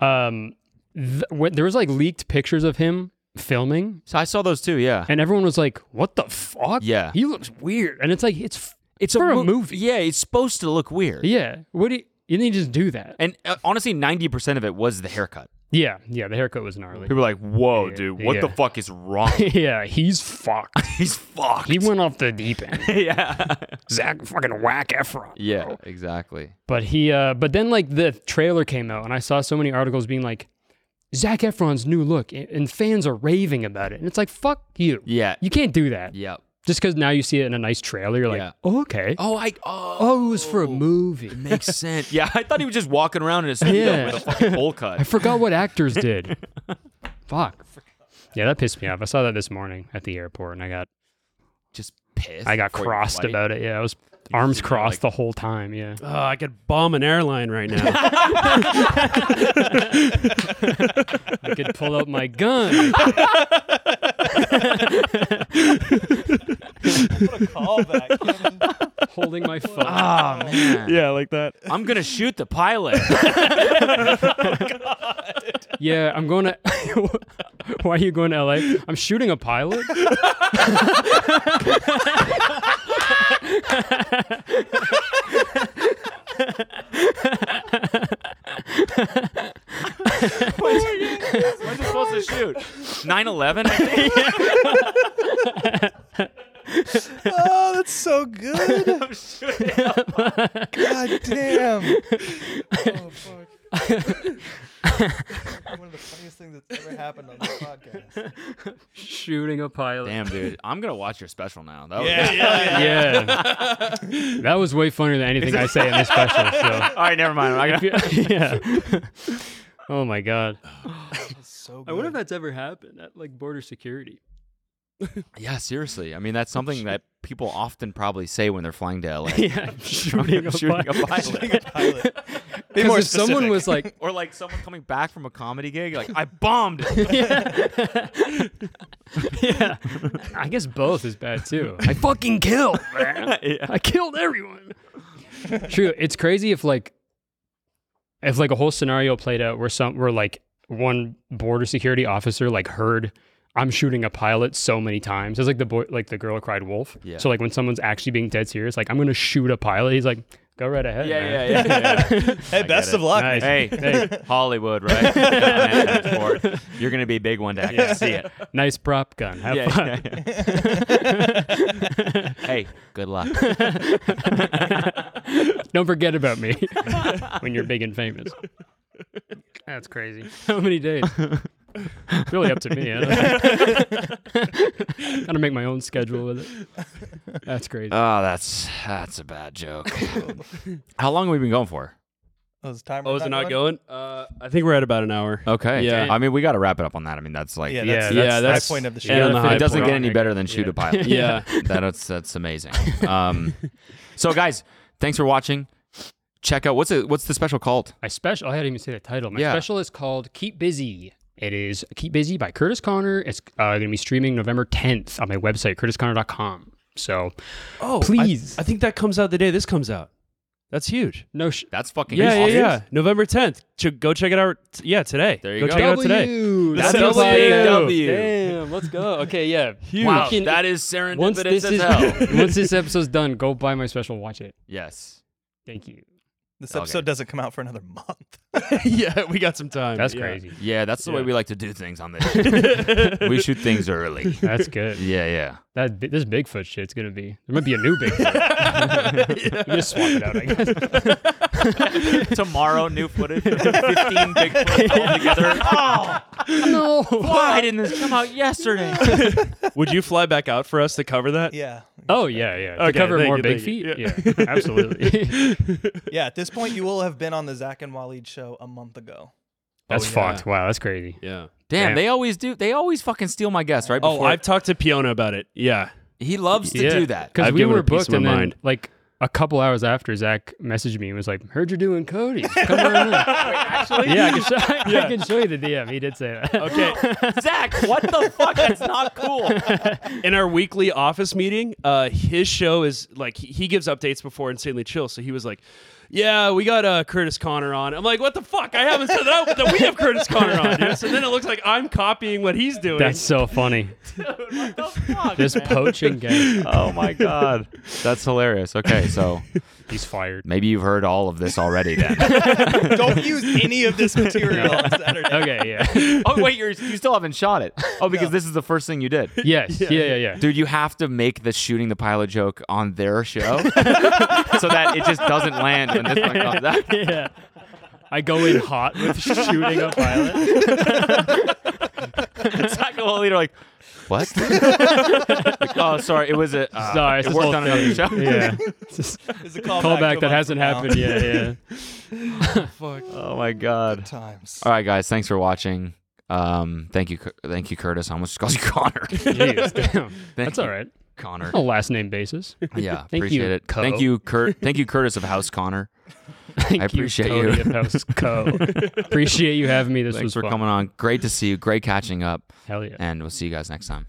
D: Um th- wh- there was like leaked pictures of him filming
A: So I saw those too. Yeah,
D: and everyone was like, "What the fuck?
A: Yeah.
D: He looks weird." And it's like it's f- it's for a,
A: mo-
D: movie.
A: Yeah, it's supposed to look weird.
D: Yeah. What do you you didn't just do that.
A: And uh, honestly, ninety percent of it was the haircut.
D: yeah. Yeah, the haircut was gnarly.
A: People were like, "Whoa, dude, what the
D: yeah.
A: fuck is wrong?
D: yeah, he's fucked.
A: He's fucked."
D: He went off the deep end.
A: yeah,
D: Zach fucking whack Efron.
A: yeah, exactly.
D: But he uh but then like the trailer came out and I saw so many articles being like Zach Efron's new look and- and fans are raving about it. And it's like fuck you.
A: Yeah,
D: You can't do that.
A: yep.
D: Just cuz now you see it in a nice trailer you're like,
A: Yeah.
D: "Oh, okay."
A: Oh, I oh,
D: Oh, it was for a movie.
A: makes sense. Yeah, I thought he was just walking around in a studio
D: Yeah.
A: with a fucking bowl cut.
D: I forgot what actors did. fuck. Yeah, that pissed me off. I saw that this morning at the airport and I got
A: just pissed.
D: I got
A: before your
D: crossed
A: flight.
D: about it. Yeah, I was arms
A: you were
D: crossed
A: like-
D: the whole time. Yeah.
E: Oh, I could bomb an airline right now.
D: I could pull out my gun.
F: what a callback.
D: holding my phone.
A: Oh man,
E: yeah, like that.
A: I'm gonna shoot the pilot.
D: Yeah, I'm going to. Why are you going to LA? I'm shooting a pilot.
A: When's it supposed to shoot? 9/11. I think?
F: oh, that's so good.
D: Oh,
F: God damn. Oh, fuck. One of the funniest things that's ever happened on this podcast.
D: shooting a pilot.
A: Damn, dude, I'm gonna watch your special now.
F: Oh,
A: That was
D: Yeah. that was way funnier than anything I say in this special. So.
A: All right, never mind. I got-
D: yeah. Oh my god.
F: So good.
D: I wonder if that's ever happened at like border security.
A: yeah, seriously. I mean, that's something that people often probably say when they're flying to LA.
D: yeah, shooting, a,
A: shooting a
D: pilot.
A: pilot.
F: Pilot. Be
D: Because
F: more
D: if someone
F: specific.
D: was like,
A: Or like someone coming back from a comedy gig, like I bombed. it."
D: yeah, I guess both is bad too. I fucking killed, man. I killed everyone. True. It's crazy if like, if like a whole scenario played out where some where like one border security officer like heard. I'm shooting a pilot so many times. It's like the boy, like the girl who cried wolf.
A: Yeah.
D: So like when someone's actually being dead serious, like I'm gonna shoot a pilot. He's like, go right ahead. man.
A: yeah, yeah.
F: hey, best of luck.
D: Nice.
A: Hey,
D: Hey.
A: Hollywood, right? Yeah, man, sport. You're gonna be big one day. I can see it.
D: Nice prop gun. Have
A: Yeah,
D: fun.
A: yeah, yeah. hey, good luck.
D: Don't forget about me when you're big and famous. That's crazy. How many days? It's really up to me. I don't- gotta make my own schedule with it. That's crazy.
E: Uh,
A: Oh, that's that's a bad joke. How long have we been going for?
F: Oh, is timer
E: Oh, is it
F: not
E: not going? Uh, I think we're at about an hour.
A: Okay.
E: Yeah.
A: I mean, we got to wrap it up on that. I mean, that's like
F: Yeah,
D: Yeah,
F: that's,
D: yeah,
F: that's,
E: that's-
F: the high point of the show.
E: yeah, on the
A: it
E: high
A: doesn't
E: point.
A: get any better than shoot a pilot.
E: Yeah.
A: that's that's amazing. Um, so guys, thanks for watching. Check out what's it? What's the special called?
D: My special, I hadn't even say the title. My
A: Yeah.
D: special is called Keep Busy. It is Keep Busy by Curtis Connor. It's uh, gonna be streaming November 10th on my website, curtisconnor.com. So
E: Oh, I-
D: Please.
E: I, think that comes out the day this comes out. That's huge.
D: no sh-
A: That's fucking
E: Yeah, yeah,
A: awesome.
E: yeah. November 10th. Ch- go check it out. t- Yeah, today.
A: There you
E: go.
A: go.
E: check it out today.
D: That's
A: That's
D: what I
A: W.
D: do.
A: W.
D: Damn, let's go. Okay, yeah. Huge.
A: Wow, that is serendipitous
D: once this
A: as
D: is
A: hell.
D: once this episode's done, go buy my special, watch it.
A: yes.
D: Thank you.
F: This
A: Okay.
F: episode doesn't come out for another month.
E: yeah, we got some time.
D: That's
E: Yeah.
D: crazy.
A: Yeah, that's the way
E: Yeah.
A: we like to do things on this. we shoot things early.
D: That's good.
A: Yeah, yeah.
D: That bi- this Bigfoot shit's gonna be. There might be a new Bigfoot. You just swap it out, I guess.
A: Tomorrow, new footage. Fifteen Bigfoot all together. Oh,
D: no.
A: why didn't this come out yesterday?
E: Would you fly back out for us to cover that?
F: Yeah.
D: Oh yeah, yeah. To
E: Okay,
D: cover
E: thank
D: more
E: you,
D: big
E: thank you.
D: feet. Yeah, absolutely.
F: Yeah, at this point, you will have been on the Zach and Waleed show a month ago.
D: that's
E: yeah.
D: fucked. Wow, that's crazy.
E: Yeah.
A: Damn,
D: Damn.
A: they always do. They always fucking steal my guests, right?
E: Oh,
A: before-
E: I've talked to Piona about it. Yeah.
A: he loves to do that.
D: because
E: I've
D: we
E: given
D: were
E: a piece
D: booked,
E: of my
D: and then
E: mind.
D: like a couple hours after, Zach messaged me and was like, "Heard you're doing Cody. Come on in." actually, yeah, I can, show, I can show you the DM. He did say that.
E: Okay.
A: Zach, what the fuck? That's not cool.
E: in our weekly office meeting, uh, his show is like he, he gives updates before Insanely Chill. So he was like, "Yeah, we got uh, Curtis Connor on." I'm like, "What the fuck? I haven't said that, that we have Curtis Connor on." Dude. So then it looks like I'm copying what he's doing.
D: That's so funny. This poaching game. uh,
A: Oh my god, that's hilarious. Okay, so
D: He's fired.
A: maybe you've heard all of this already. Then.
F: Don't use any of this material on Saturday.
D: Okay, yeah.
A: oh wait, you're, you still haven't shot it. Oh, because this is the first thing you did.
D: Yes. Yeah, yeah, yeah.
A: Dude, you have to make the shooting the pilot joke on their show so that it just doesn't land when this one comes out.
D: yeah. I go in hot with shooting a pilot.
A: Taco Bell leader like, what? Like, oh, sorry, it was a. Uh,
D: Sorry, it's
A: it
D: this
A: worked
D: whole
A: on another
D: thing.
A: show.
D: Yeah.
F: It's a callback, to
D: Callback
F: a
D: that
F: month
D: hasn't
F: from now.
D: happened yet. Yeah.
A: Oh my god.
F: Times.
A: All right, guys, thanks for watching. Um, thank you, Cu- thank you, Curtis. I almost called you Connor.
D: Jeez, damn.
A: Thank
D: That's all
A: you,
D: right.
A: Connor.
D: On a last name basis.
A: Yeah,
D: Thank
A: appreciate
D: you,
A: it.
D: Co.
A: Thank you, Kurt. Thank you, Curtis of House Connor.
D: Thank
A: I appreciate
D: you. Cody
A: you.
D: of House Co. appreciate you having me. This
A: Thanks
D: was
A: for
D: fun.
A: coming on. Great to see you. Great catching up,
D: Hell yeah.
A: and we'll see you guys next time.